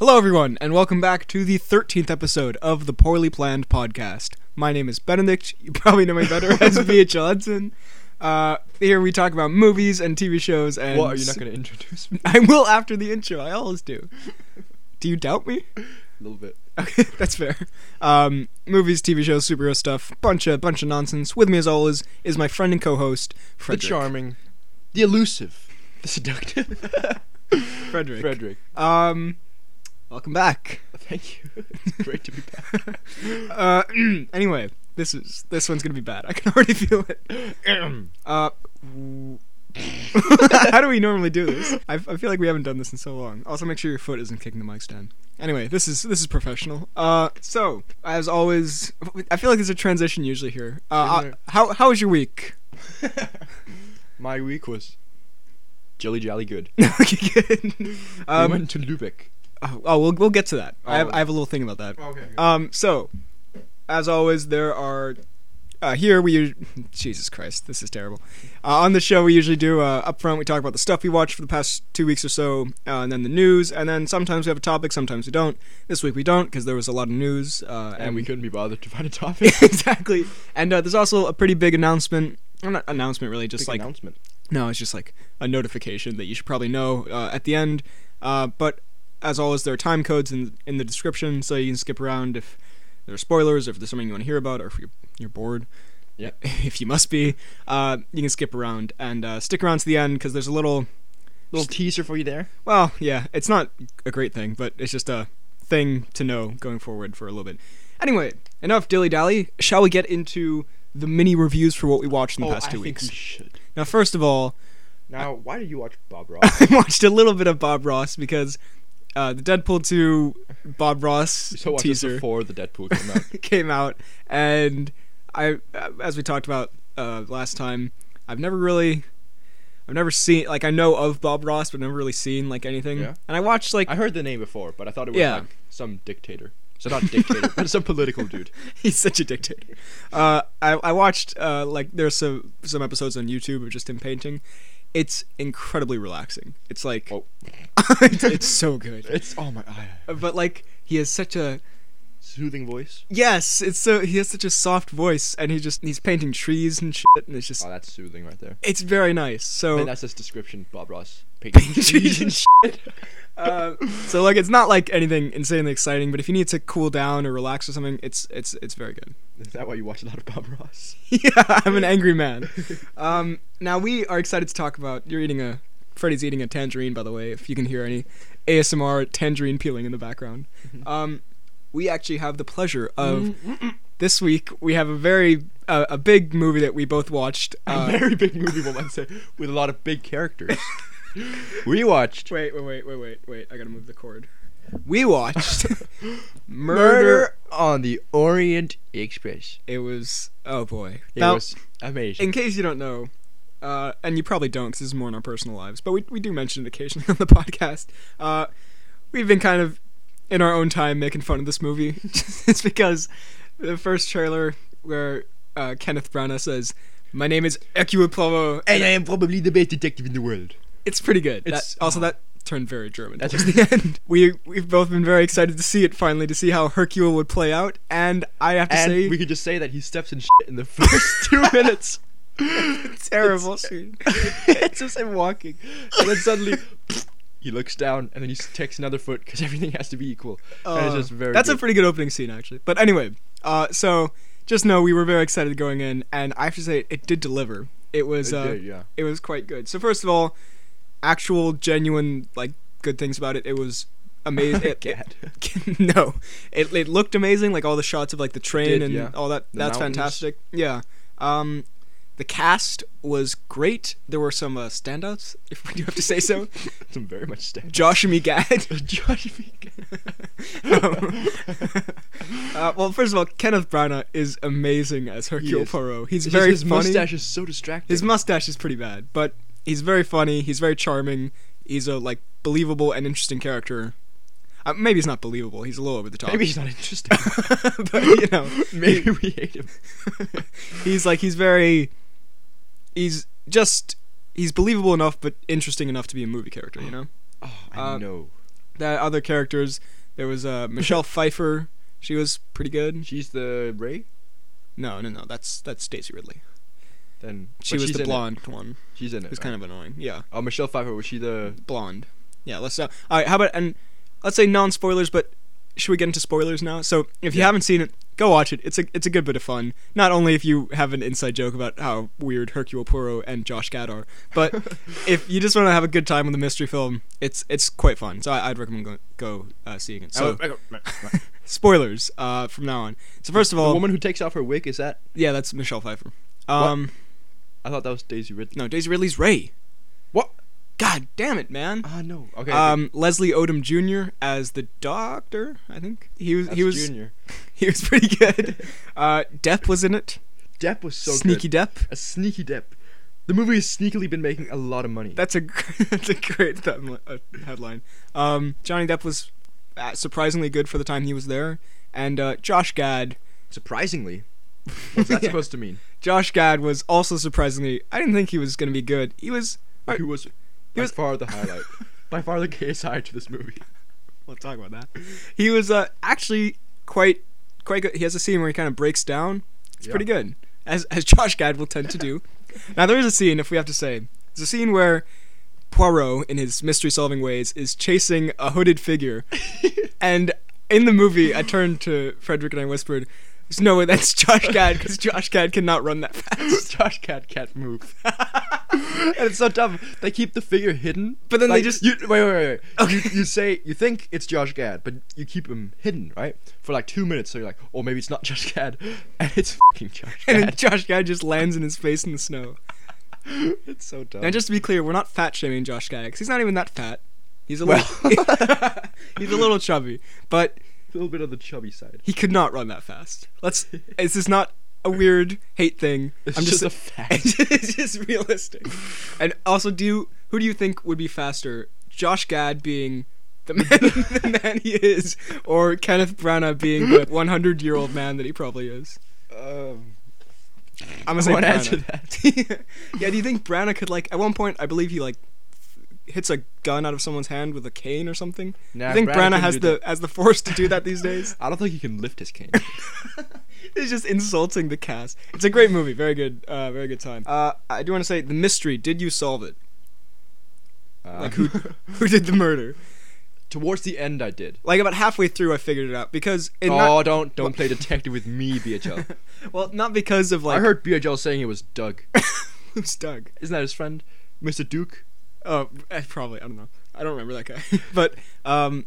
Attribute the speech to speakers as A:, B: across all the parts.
A: Hello, everyone, and welcome back to the 13th episode of the Poorly Planned Podcast. My name is Benedict. You probably know me better as VH Johnson. Uh, here we talk about movies and TV shows and.
B: What are you not going to introduce me?
A: I will after the intro. I always do. Do you doubt me?
B: A little bit.
A: Okay, that's fair. Um, movies, TV shows, superhero stuff, bunch of bunch of nonsense. With me as always is my friend and co-host Frederick.
B: The charming, the elusive, the seductive
A: Frederick.
B: Frederick.
A: Um, welcome back.
B: Thank you. Great to be back.
A: Uh, anyway, this is this one's gonna be bad. I can already feel it. Uh, w- how do we normally do this? I, I feel like we haven't done this in so long. Also, make sure your foot isn't kicking the mic stand. Anyway, this is this is professional. Uh, so as always, I feel like there's a transition usually here. Uh,
B: Isn't
A: uh, how how was your week?
B: My week was jolly jolly good.
A: okay, good.
B: I
A: Um,
B: went to Lubeck.
A: oh, oh, we'll we'll get to that. I have
B: Oh.
A: I have a little thing about that.
B: Okay.
A: Um, so, as always, there are uh, here we u- Jesus Christ, this is terrible. Uh, on the show, we usually do uh, up front. We talk about the stuff we watched for the past two weeks or so, uh, and then the news, and then sometimes we have a topic, sometimes we don't. This week we don't because there was a lot of news, uh,
B: and we couldn't be bothered to find a topic.
A: exactly. And uh, there's also a pretty big announcement. Well, not announcement really, just
B: Big
A: like
B: announcement.
A: no, it's just like a notification that you should probably know uh, at the end. Uh, but as always, there are time codes in in the description, so you can skip around if there are spoilers, or if there's something you want to hear about, or if you're, you're bored.
B: Yeah.
A: If you must be, uh, you can skip around and uh, stick around to the end because there's a little.
B: Little teaser for you there.
A: Well, yeah, it's not a great thing, but it's just a thing to know going forward for a little bit. Anyway, enough dilly dally. Shall we get into the mini reviews for what we watched in the
B: oh,
A: past
B: I
A: two
B: think
A: weeks?
B: we should.
A: Now, first of all,
B: Now, why did you watch Bob Ross?
A: I watched a little bit of Bob Ross because uh, the Deadpool 2 Bob Ross
B: so watch this
A: teaser
B: before the Deadpool came out.
A: came out, and I, uh, as we talked about uh, last time, I've never really, I've never seen like I know of Bob Ross, but never really seen like anything.
B: Yeah.
A: And I watched like
B: I heard the name before, but I thought it was
A: Yeah.
B: like some dictator. So not dictator, but some political dude.
A: he's such a dictator. Uh, I I watched uh, like there's some some episodes on YouTube of just him painting. It's incredibly relaxing. It's like
B: Oh.
A: it's, it's so good.
B: It's oh my eye.
A: But like he has such a
B: Soothing voice.
A: Yes, it's so he has such a soft voice, and he just he's painting trees and shit, and it's just
B: Oh, that's soothing right there.
A: it's very nice.
B: I
A: So
B: think that's his description, Bob Ross.
A: painting trees
B: trees
A: and
B: and
A: shit. Uh, so like it's not like anything insanely exciting, but if you need to cool down or relax or something, it's it's it's very good.
B: Is that why you watch a lot of Bob Ross?
A: yeah, I'm an angry man. Um, now we are excited to talk about. You're eating a Freddy's eating a tangerine, by the way. If you can hear any ASMR tangerine peeling in the background,
B: Mm-hmm.
A: um, we actually have the pleasure of. this week we have a very uh, a big movie that we both watched.
B: a
A: Uh,
B: very big movie, one might say, with a lot of big characters. we watched
A: wait, wait, wait, wait, wait, wait. I gotta move the cord. We watched Murder.
B: Murder on the Orient Express.
A: It was oh boy.
B: It
A: Now,
B: was amazing.
A: in case you don't know, uh, and you probably don't, because this is more in our personal lives, but we we do mention it occasionally on the podcast. Uh, we've been kind of in our own time making fun of this movie. it's because the first trailer where uh, Kenneth Branagh says. My name is Equiplavo,
B: And I am probably the best detective in the world.
A: It's pretty good. That-
B: It's-
A: also,
B: oh.
A: that turned very German
B: That's-
A: towards the end. We we've both been very excited to see it finally to see how Hercule would play out, and I have to
B: And
A: say,
B: we could just say that he steps in shit in the first two minutes.
A: terrible scene.
B: it's just him walking, and then suddenly he looks down, and then he takes another foot because everything has to be equal. and it's
A: Uh,
B: just very.
A: that's a
B: good.
A: pretty good opening scene actually. But anyway, uh, so just know we were very excited going in, and I have to say it did deliver. It was
B: It
A: uh,
B: did, yeah.
A: it was quite good. So first of all, actual genuine like good things about it. It was amazing. it,
B: Cat.
A: no, it it looked amazing. Like all the shots of like the train
B: did,
A: and
B: yeah.
A: all that.
B: The
A: that's
B: mountains.
A: fantastic. Yeah. Um, the cast was great. There were some uh, standouts, if we do have to say so.
B: Some very much stand.
A: Josh and Gad.
B: Josh Meek.
A: Um, uh, well, first of all, Kenneth Branagh is amazing as Hercule
B: is.
A: Poirot. He's
B: It's just
A: very
B: his
A: funny.
B: mustache is so distracting.
A: His mustache is pretty bad, but he's very funny. He's very charming. He's a like believable and interesting character. Uh, maybe he's not believable. He's a little over the top.
B: Maybe he's not interesting.
A: but you know,
B: Maybe we hate him.
A: he's like he's very. He's just he's believable enough, but interesting enough to be a movie character. You know.
B: Oh,
A: I
B: know.
A: the other characters, there was uh, Michelle Pfeiffer. She was pretty good.
B: She's the Ray.
A: No, no, no. That's that's Stacy Ridley.
B: Then
A: She
B: but
A: was
B: she's
A: the
B: in it.
A: blonde one.
B: She's in it.
A: Who's kind of annoying. Yeah,
B: Oh, Michelle Pfeiffer. Was she the?
A: blonde. Yeah. Let's. Uh, all right. How about and let's say non spoilers, but should we get into spoilers now? So if you
B: Yeah.
A: haven't seen it, go watch it. It's a it's a good bit of fun. Not only if you have an inside joke about how weird Hercule Poirot and Josh Gad are, but if you just want to have a good time with a mystery film, it's it's quite fun. So I, I'd recommend go, go uh, seeing it.
B: Oh,
A: So spoilers uh, from now on. So first of all,
B: the woman who takes off her wig is that?
A: yeah, that's Michelle Pfeiffer. Um,
B: I thought that was Daisy Ridley.
A: no, Daisy Ridley's Ray.
B: What?
A: God damn it, man.
B: Ah, no. Okay.
A: Um, Leslie Odom Jr. as the doctor, I think he was.
B: okay.
A: he
B: That's
A: was.
B: Junior.
A: He was pretty good. Uh, Depp was in it.
B: Depp was so
A: Sneaky
B: good.
A: Depp.
B: a sneaky Depp. The movie has sneakily been making a lot of money.
A: That's a gr- that's a great thumb- uh, headline. Um, Johnny Depp was uh, surprisingly good for the time he was there, and uh, Josh Gad.
B: Surprisingly, what's that
A: Yeah.
B: supposed to mean?
A: Josh Gad was also surprisingly. I didn't think he was going to be good. He was. Alright.
B: He was by
A: was-
B: far the highlight, by far the KSI to this movie.
A: We'll talk about that. He was uh, actually quite quite good. He has a scene where he kind of breaks down. It's
B: Yeah.
A: pretty good, as as Josh Gad will tend to do. now there is a scene, if we have to say, there's a scene where Poirot, in his mystery solving ways, is chasing a hooded figure, and in the movie, I turned to Frederick and I whispered. There's no way that's Josh Gad because Josh Gad cannot run that fast.
B: Josh Cat can't move. and it's so dumb. They keep the figure hidden,
A: But then they
B: like,
A: just-
B: you, wait, wait, wait. wait.
A: Okay.
B: You, you say you think it's Josh Gad, but you keep him hidden, right? For like two minutes, so you're like, oh, maybe it's not Josh Gad, and it's fucking Josh
A: And then
B: Gad.
A: Josh Gad just lands in his face in the snow.
B: it's so dumb.
A: Now, just to be clear, we're not fat shaming Josh Gad 'cause he's not even that fat. He's a
B: Well-
A: little, he's a little chubby, but
B: a little bit of the chubby side.
A: he could not run that fast. Let's. This is not a weird hate thing.
B: It's
A: I'm just,
B: just, a fact.
A: it's just realistic. And also, do you, who do you think would be faster, Josh Gad being the man, the man he is, or Kenneth Branagh being the 100 year old man that he probably is?
B: um,
A: I'm gonna
B: I
A: say
B: won't
A: Branagh.
B: answer
A: yeah, do you think Branagh could like at one point? I believe he like f- hits a gun out of someone's hand with a cane or something.
B: Nah,
A: you think
B: Branagh
A: Branagh,
B: couldn't
A: has
B: do
A: the has the force to do that these days?
B: I don't think he can lift his cane.
A: it's just insulting the cast. It's a great movie. Very good. Uh, very good time. Uh, I do want to say the mystery. Did you solve it?
B: Uh.
A: Like who who did the murder?
B: Towards the end, I did.
A: Like about halfway through, I figured it out because it
B: oh,
A: not,
B: don't don't play detective with me, BHL.
A: well not because of like
B: I heard BHL saying it was Doug.
A: who's Doug.
B: Isn't that his friend, Mr. Duke?
A: Oh, eh, probably. I don't know. I don't remember that guy. but um,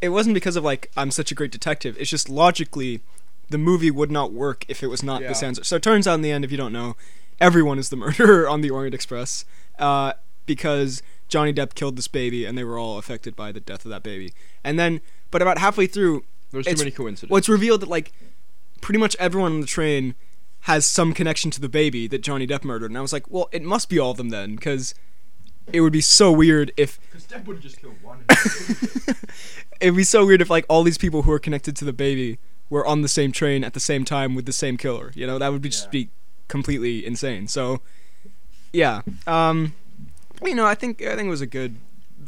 A: it wasn't because of like I'm such a great detective. It's just logically, the movie would not work if it was not this
B: Yeah.
A: answer. So it turns out in the end, if you don't know, everyone is the murderer on the Orient Express uh, because Johnny Depp killed this baby, and they were all affected by the death of that baby. And then, but about halfway through,
B: There's too
A: It's-
B: many coincidences.
A: well, it's revealed that like pretty much everyone on the train has some connection to the baby that Johnny Depp murdered, and I was like, well, it must be all of them then, because it would be so weird if
B: Because Depp would just kill one.
A: it'd be so weird if like all these people who are connected to the baby were on the same train at the same time with the same killer. You know, that would be just
B: Yeah.
A: be completely insane. So, yeah, um, you know, I think I think it was a good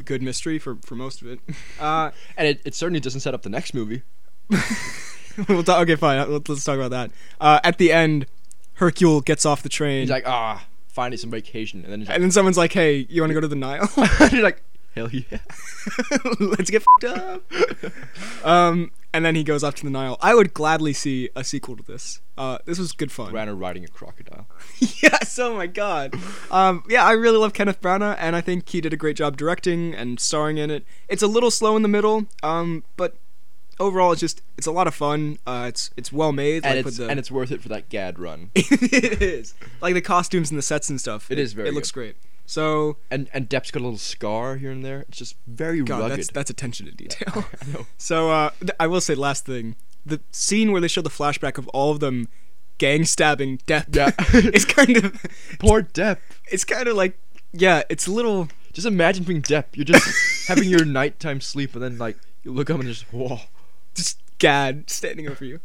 A: good mystery for for most of it. Uh,
B: and it, it certainly doesn't set up the next movie.
A: we'll talk. Okay, fine. uh, Let's, let's talk about that. Uh, at the end, Hercule gets off the train,
B: He's like, ah, finally some vacation, and then he's
A: and then someone's like, "Hey, you want to go to the Nile?
B: like, he's like hell yeah.
A: Let's get fed up." Um, and then he goes off to the Nile. I would gladly see a sequel to this. Uh, this was good fun.
B: Branner riding a crocodile.
A: yes. Oh my god. Um, yeah, I really love Kenneth Branagh, and I think he did a great job directing and starring in it. It's a little slow in the middle, um, but overall, it's just it's a lot of fun. Uh, it's it's well made.
B: And
A: like, with
B: it's,
A: the-
B: and it's worth it for that Gad run.
A: it is like the costumes and the sets and stuff.
B: It is very
A: It looks great. So
B: And and Depp's got a little scar here and there. It's just very
A: God,
B: rugged.
A: that's that's attention to detail.
B: I know.
A: so uh, th- I will say last thing: the scene where they show the flashback of all of them gang stabbing death.
B: Yeah.
A: it's kind of
B: Poor Depp.
A: it's kind of like yeah, it's a little
B: Just imagine being Depp. You're just having your nighttime sleep, and then like you look up and just whoa.
A: just gad standing over you.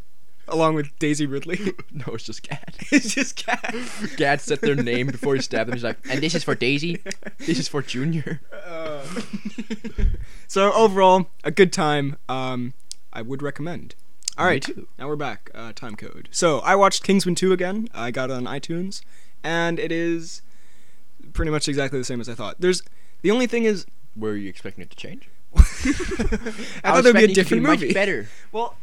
A: along with Daisy Ridley.
B: no, it's just Gad.
A: it's just Cat.
B: Gad said their name before he stabbed them. He's like, and this is for Daisy. This is for Junior.
A: Uh, Um. so overall, a good time. Um, I would recommend. All
B: Me
A: right,
B: too.
A: now we're back. Uh, time code. So I watched Kingsman two again. I got it on iTunes, and it is pretty much exactly the same as I thought. There's the only thing is
B: Were you expecting it to change?
A: I thought
B: was
A: there'd be a
B: expecting it to
A: different
B: much
A: movie.
B: better.
A: Well,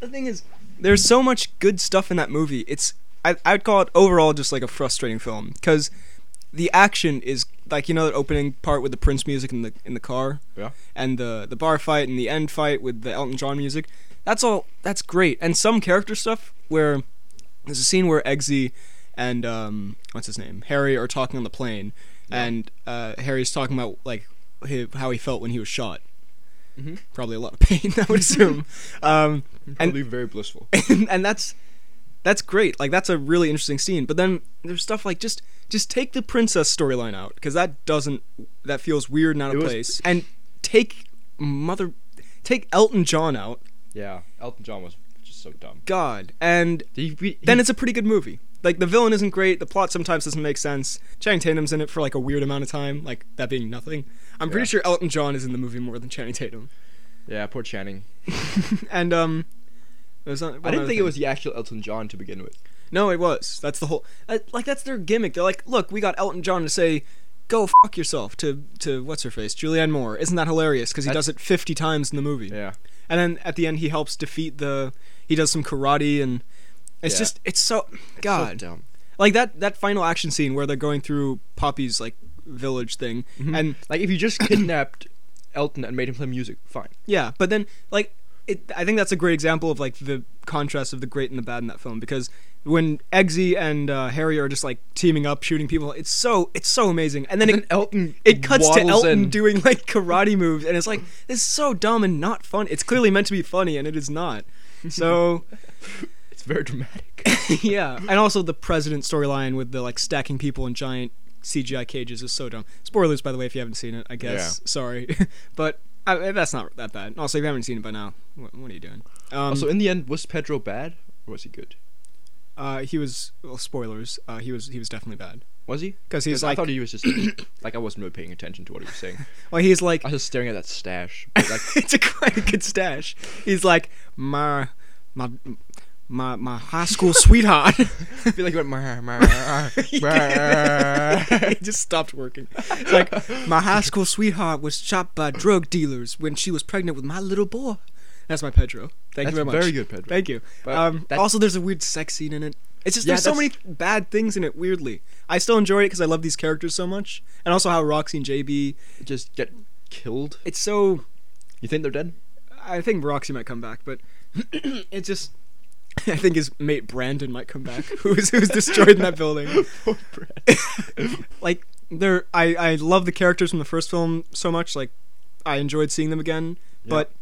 A: the thing is, there's so much good stuff in that movie. It's I I would call it overall just like a frustrating film because the action is like you know that opening part with the Prince music in the in the car.
B: Yeah.
A: and the the bar fight and the end fight with the Elton John music. That's all. That's great. And some character stuff where there's a scene where Eggsy and um, what's his name Harry are talking on the plane,
B: Yeah.
A: and uh, Harry's talking about like hi how he felt when he was shot.
B: Mhm.
A: Probably a lot of pain, I would assume. um,
B: And
A: And-
B: leave very blissful.
A: and, and that's that's great. Like that's a really interesting scene. But then there's stuff like just just take the princess storyline out because that doesn't that feels weird and out
B: It
A: of
B: was-
A: place. And take mother take Elton John out.
B: Yeah, Elton John was just so dumb.
A: God. And
B: He, he,
A: then it's a pretty good movie. Like the villain isn't great. The plot sometimes doesn't make sense. Channing Tatum's in it for like a weird amount of time, like that being nothing. I'm pretty sure
B: Yeah.
A: Elton John is in the movie more than Channing Tatum.
B: yeah, poor Channing.
A: and um, there's one
B: I didn't
A: other
B: think
A: thing.
B: it was the actual Elton John to begin with.
A: No, it was. That's the whole. uh, Like that's their gimmick. They're like, look, we got Elton John to say, "Go fuck yourself" to to what's her face, Julianne Moore. Isn't that hilarious? Because he
B: That's-
A: does it fifty times in the movie,
B: Yeah,
A: and then at the end he helps defeat the. He does some karate and. It's
B: Yeah.
A: just it's so God
B: so dumb.
A: like that that final action scene where they're going through Poppy's like village thing
B: Mm-hmm.
A: and
B: Like if you just kidnapped Elton and made him play music, fine.
A: Yeah, but then like it, I think that's a great example of like the contrast of the great and the bad in that film because when Eggsy and uh, Harry are just like teaming up shooting people, it's so it's so amazing. And then,
B: And
A: it,
B: Elton,
A: it cuts to
B: waddles
A: Elton
B: in.
A: doing like karate moves, and it's like this is so dumb and not fun. It's clearly meant to be funny, and it is not. So
B: It's very dramatic.
A: yeah, and also the president storyline with the like stacking people in giant CGI cages is so dumb. Spoilers, by the way, if you haven't seen it, I guess. Sorry, but I, that's not that bad. And Also, if you haven't seen it by now, what, what are you doing? Um,
B: also, in the end, was Pedro bad or was he good?
A: uh, he was well, spoilers. Uh, he was he was definitely bad
B: Was he?
A: because he's
B: 'Cause I
A: like
B: thought he was just like I wasn't really paying attention to what he was saying.
A: well he's like
B: I was just staring at that stash. but, Like
A: it's a quite a good stash. He's like my my my my high school sweetheart.
B: I feel like he went. "Mar, mar, mar, mar."
A: it just stopped working. It's like my high school sweetheart was shot by drug dealers when she was pregnant with my little boy. That's my Pedro. Thank
B: That's
A: you very much.
B: very good, Pedro.
A: Thank you.
B: But
A: Um,
B: that-
A: also, there's a weird sex scene in it. It's just
B: Yeah,
A: there's so many bad things in it. Weirdly, I still enjoy it because I love these characters so much, and also how Roxy and JB.
B: just get killed.
A: It's so.
B: You think they're dead?
A: I think Roxy might come back, but it just. I think his mate Brandon might come back, who was who was destroyed in that building.
B: Poor Brad.
A: like they're I, I love the characters from the first film so much like i enjoyed seeing them again
B: Yeah.
A: but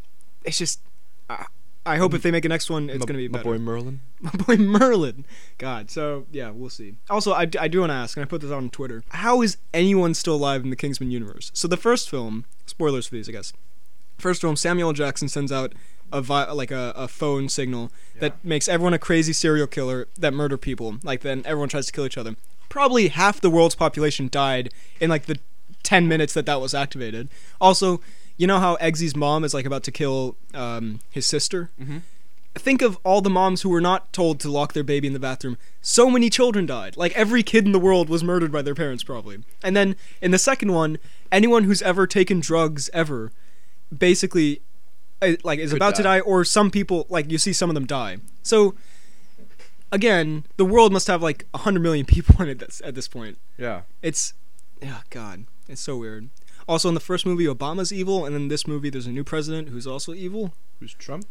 A: it's just I, I hope if they make a next one it's
B: My-
A: going to be
B: my
A: better
B: boy Merlin.
A: my boy merlin god so yeah we'll see also i, d- I do want to ask and i put this out on twitter how is anyone still alive in the kingsman universe so the first film spoilers for these i guess first film samuel L. jackson sends out a vi- like a, a phone signal
B: Yeah.
A: that makes everyone a crazy serial killer that murder people like then everyone tries to kill each other probably half the world's population died in like the 10 minutes that that was activated also you know how eggsy's mom is like about to kill um, his sister
B: Mhm.
A: think of all the moms who were not told to lock their baby in the bathroom. So many children died. Like every kid in the world was murdered by their parents, probably. And then in the second one, anyone who's ever taken drugs ever, basically, uh, like is
B: Could
A: about to
B: die.
A: die, or some people like you see some of them die. So again, the world must have like hundred million people in it that's, at this point.
B: Yeah.
A: It's yeah, God, it's so weird. Also, in the first movie, Obama's evil, and in this movie, there's a new president who's also evil
B: Who's Trump?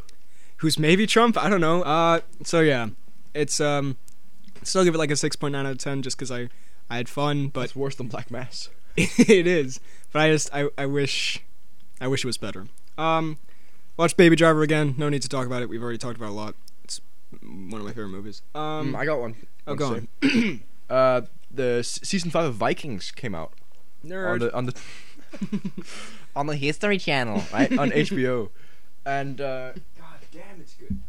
A: who's maybe Trump. I don't know. Uh, so yeah, it's um, still give it like a six point nine out of ten just because I I had fun, but
B: That's worse than Black Mass.
A: it is. But I just I, I wish I wish it was better. Um, watch Baby Driver again. No need to talk about it. We've already talked about it a lot. It's one of my favorite movies. Um,
B: Um, I got one.
A: oh,
B: one
A: go
B: to
A: on.
B: say. uh, the s- season five of Vikings came out on
A: nerd.
B: the on the on the History Channel, right on HBO, and uh, God damn, it's good.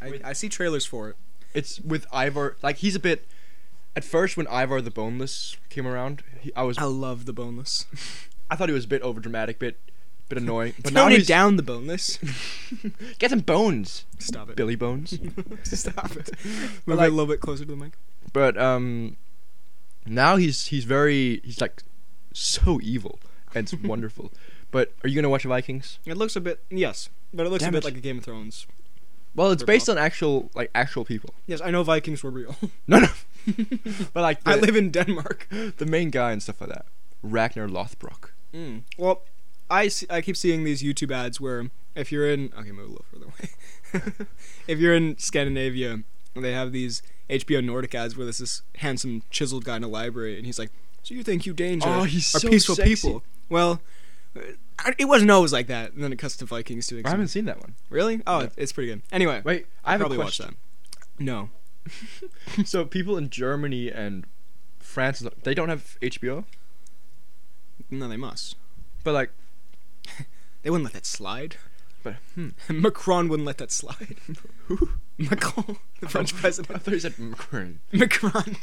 A: I,
B: With-
A: I see trailers for it.
B: It's with Ivar. Like he's a bit. At first, when Ivar the Boneless came around, he, I was
A: I love the boneless.
B: I thought he was a bit overdramatic, bit bit annoying. But
A: But
B: now
A: now
B: he's
A: down the boneless.
B: get some bones,
A: Stop it.
B: Billy Bones.
A: Stop it. Move
B: But
A: it
B: like-
A: a little bit closer to the mic.
B: but um, now he's he's very he's like so evil and it's wonderful. But are you gonna watch Vikings?
A: It looks a bit yes, but it looks
B: Damn
A: a
B: it.
A: bit like a Game of Thrones.
B: Well, it's
A: Rip
B: based on actual like actual people.
A: Yes, I know Vikings were real.
B: No, no. but like the,
A: I live in Denmark.
B: the main guy and stuff like that, Ragnar Lothbrok.
A: Mm. Well, I, see, I keep seeing these YouTube ads where if you're in okay, move a little further away. if you're in Scandinavia, they have these HBO Nordic ads where there's this handsome, chiseled guy in a library, and he's like, "So you think you Danes are,
B: Oh, he's
A: are
B: so
A: peaceful
B: sexy.
A: people?" Well, uh, I- it wasn't always like that. And then it cuts to Vikings doing.
B: I haven't
A: something.
B: seen that one.
A: Really? Oh,
B: Yeah.
A: it's pretty good. Anyway,
B: Wait, I have
A: probably
B: a
A: watch
B: question.
A: that. No,
B: so people in Germany and France, they don't have HBO,
A: no, they must.
B: but like,
A: They wouldn't let that slide.
B: but hmm.
A: Macron wouldn't let that slide.
B: Who?
A: Macron, the French
B: I
A: president.
B: thought he said Macron.
A: Macron.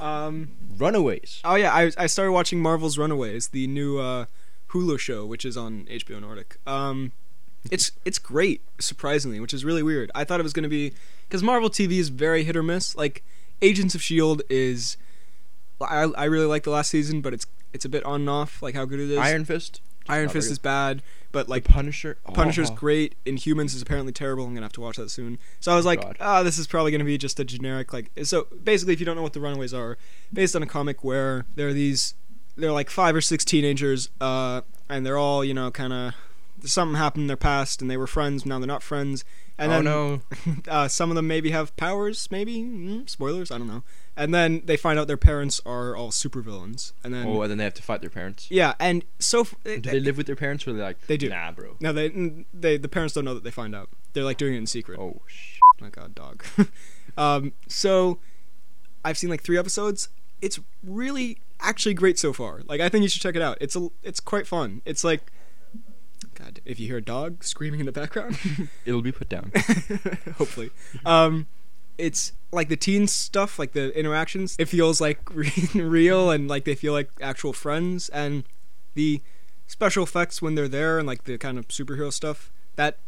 A: Um.
B: Runaways.
A: Oh yeah, I I started watching Marvel's Runaways, the new uh, Hulu show, which is on HBO Nordic. Um, it's it's great, surprisingly, which is really weird. I thought it was gonna be because Marvel TV is very hit or miss. Like Agents of Shield E is, I I really like the last season, but it's it's a bit on and off, like how good it is.
B: Iron Fist,
A: Iron
B: not very
A: Fist
B: good.
A: is bad, but
B: like
A: like
B: Punisher.
A: Punisher's
B: Oh.
A: great. Inhumans is apparently terrible. I'm gonna have to watch that soon. So I was like,
B: God.
A: ah, this is probably gonna be just a generic like. So basically, if you don't know what the Runaways are, based on a comic where there are these, they're like five or six teenagers, uh, and they're all you know kind of something happened in their past, and they were friends. Now they're not friends. And
B: oh
A: then
B: no!
A: uh, some of them maybe have powers. Maybe mm, spoilers. I don't know. And then they find out their parents are all supervillains. And then
B: oh, and then they have to fight their parents.
A: yeah, and so f- eh,
B: Do they live with their parents, or they like?
A: They do.
B: Nah, bro.
A: no, they they the parents don't know that they find out. They're like doing it in secret.
B: Oh sh.
A: my god, dog. um, so I've seen like three episodes. It's really actually great so far. Like I think you should check it out. It's a it's quite fun. It's like God, if you hear a dog screaming in the background,
B: It'll be put down.
A: hopefully. Um, it's like the teen stuff, like the interactions. It feels like re- real and like they feel like actual friends. And the special effects when they're there and like the kind of superhero stuff that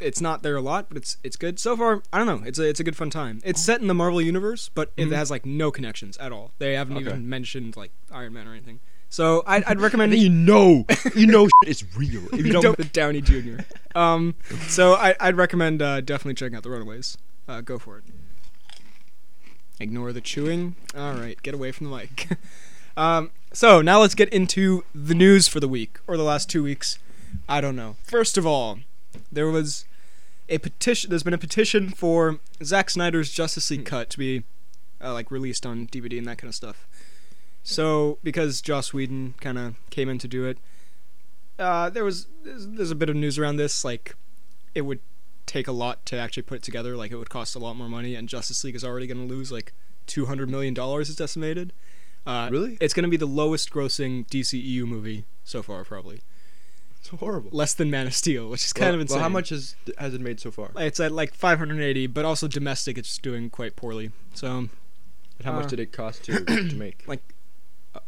A: it's not there a lot, but it's it's good so far. I don't know. It's a it's a good fun time. It's set in the Marvel universe, but
B: Mhm.
A: it has like no connections at all. They haven't
B: Okay.
A: even mentioned like Iron Man or anything. So I'd, I'd recommend
B: and then you know, you know, shit is real. If you don't,
A: the Downey Jr. Um, so I, I'd recommend uh, definitely checking out the Runaways. Uh, go for it. Ignore the chewing. All right, get away from the mic. um, so now let's get into the news for the week or the last two weeks. I don't know. First of all, there was a petition. There's been a petition for Zack Snyder's Justice
B: Hmm.
A: League cut to be uh, like released on DVD and that kind of stuff. So because Joss Whedon kind of came in to do it, uh, there was there's, there's a bit of news around this. Like, it would take a lot to actually put it together. Like, it would cost a lot more money, and Justice League is already going to lose like two hundred million dollars. It's estimated. Uh,
B: Really?
A: It's going to be the lowest grossing DCEU movie so far, probably
B: it's horrible.
A: less than Man of Steel, which is kind
B: well,
A: of insane.
B: Well, how much has has it made so far?
A: It's at like 580, but also domestic, it's doing quite poorly. So
B: And how
A: uh,
B: much did it cost to to make?
A: like uh,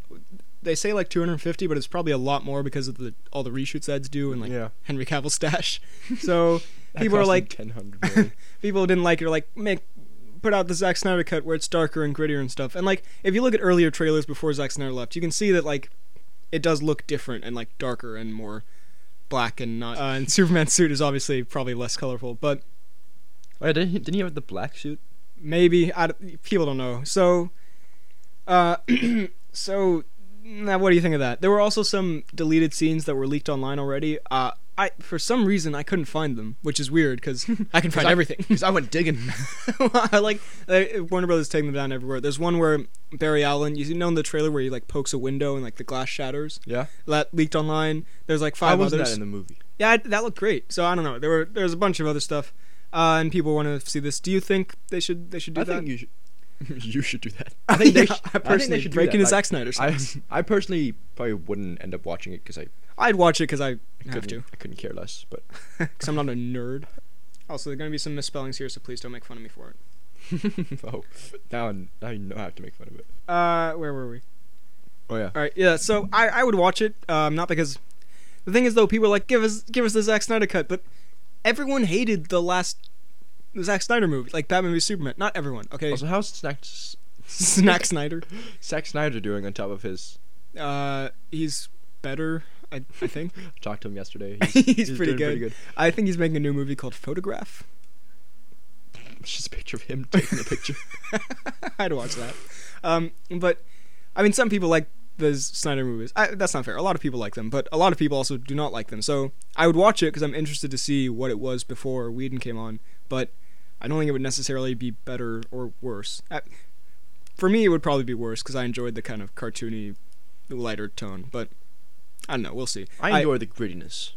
A: they say like 250, but it's probably a lot more because of the all the reshoots ads do and like
B: yeah,
A: Henry Cavill stash. So
B: That
A: people are
B: cost them
A: like
B: 1000 million.
A: people who didn't like it are like make put out the Zack Snyder cut where it's darker and grittier and stuff. And like if you look at earlier trailers before Zack Snyder left, you can see that like it does look different and like darker and more black and not. Uh, and Superman's suit is obviously probably less colorful, but
B: oh, yeah, didn't he, didn't he have the black suit?
A: maybe I, don't- people don't know so uh so now what do you think of that there were also some deleted scenes that were leaked online already uh i for some reason i couldn't find them which is weird because i can find
B: I-
A: everything
B: Because I went digging.
A: I like they- warner brothers taking them down everywhere there's one where barry allen you know in the trailer where he like pokes a window and like the glass shatters
B: yeah,
A: that leaked online there's like five
B: I was
A: others
B: that in the movie.
A: yeah, it- that looked great. So I don't know. There were there's a bunch of other stuff, uh, and people want to see this. Do you think they should they should do
B: I
A: that?
B: think you should. you should do that. I think they.
A: Yeah,
B: sh-
A: I
B: I think
A: personally
B: they should do
A: break
B: that,
A: into
B: like,
A: Zack Snyder's.
B: I, I personally probably wouldn't end up watching it because I
A: I'd watch it because I
B: I
A: have
B: couldn't,
A: to,
B: I couldn't care less. But
A: because I'm not a nerd. Also, there are going to be some misspellings here, so please don't make fun of me for it.
B: oh, now, I- now you know I have to make fun of it.
A: Uh, where were we?
B: Oh yeah.
A: All right, yeah. So I, I would watch it, um, not because the thing is though people are like give us give us the Zack Snyder cut, but everyone hated the last the Zack Snyder movie, like Batman v Superman. Not everyone, okay?
B: Also, how's Snack,
A: Snack Snyder,
B: Zack Snyder doing on top of his?
A: uh, he's better, I, I think.
B: I talked to him yesterday.
A: he's pretty
B: doing
A: good.
B: pretty good.
A: I think he's making a new movie called Photograph.
B: It's just a picture of him taking a picture.
A: I'd watch that. Um, but I mean, some people like the Z- Snyder movies. I, that's not fair. A lot of people like them, but a lot of people also do not like them. So I would watch it because I'm interested to see what it was before Whedon came on. But I don't think it would necessarily be better or worse. I, for me, it would probably be worse because I enjoyed the kind of cartoony, lighter tone. But I don't know. We'll see.
B: I enjoy the grittiness.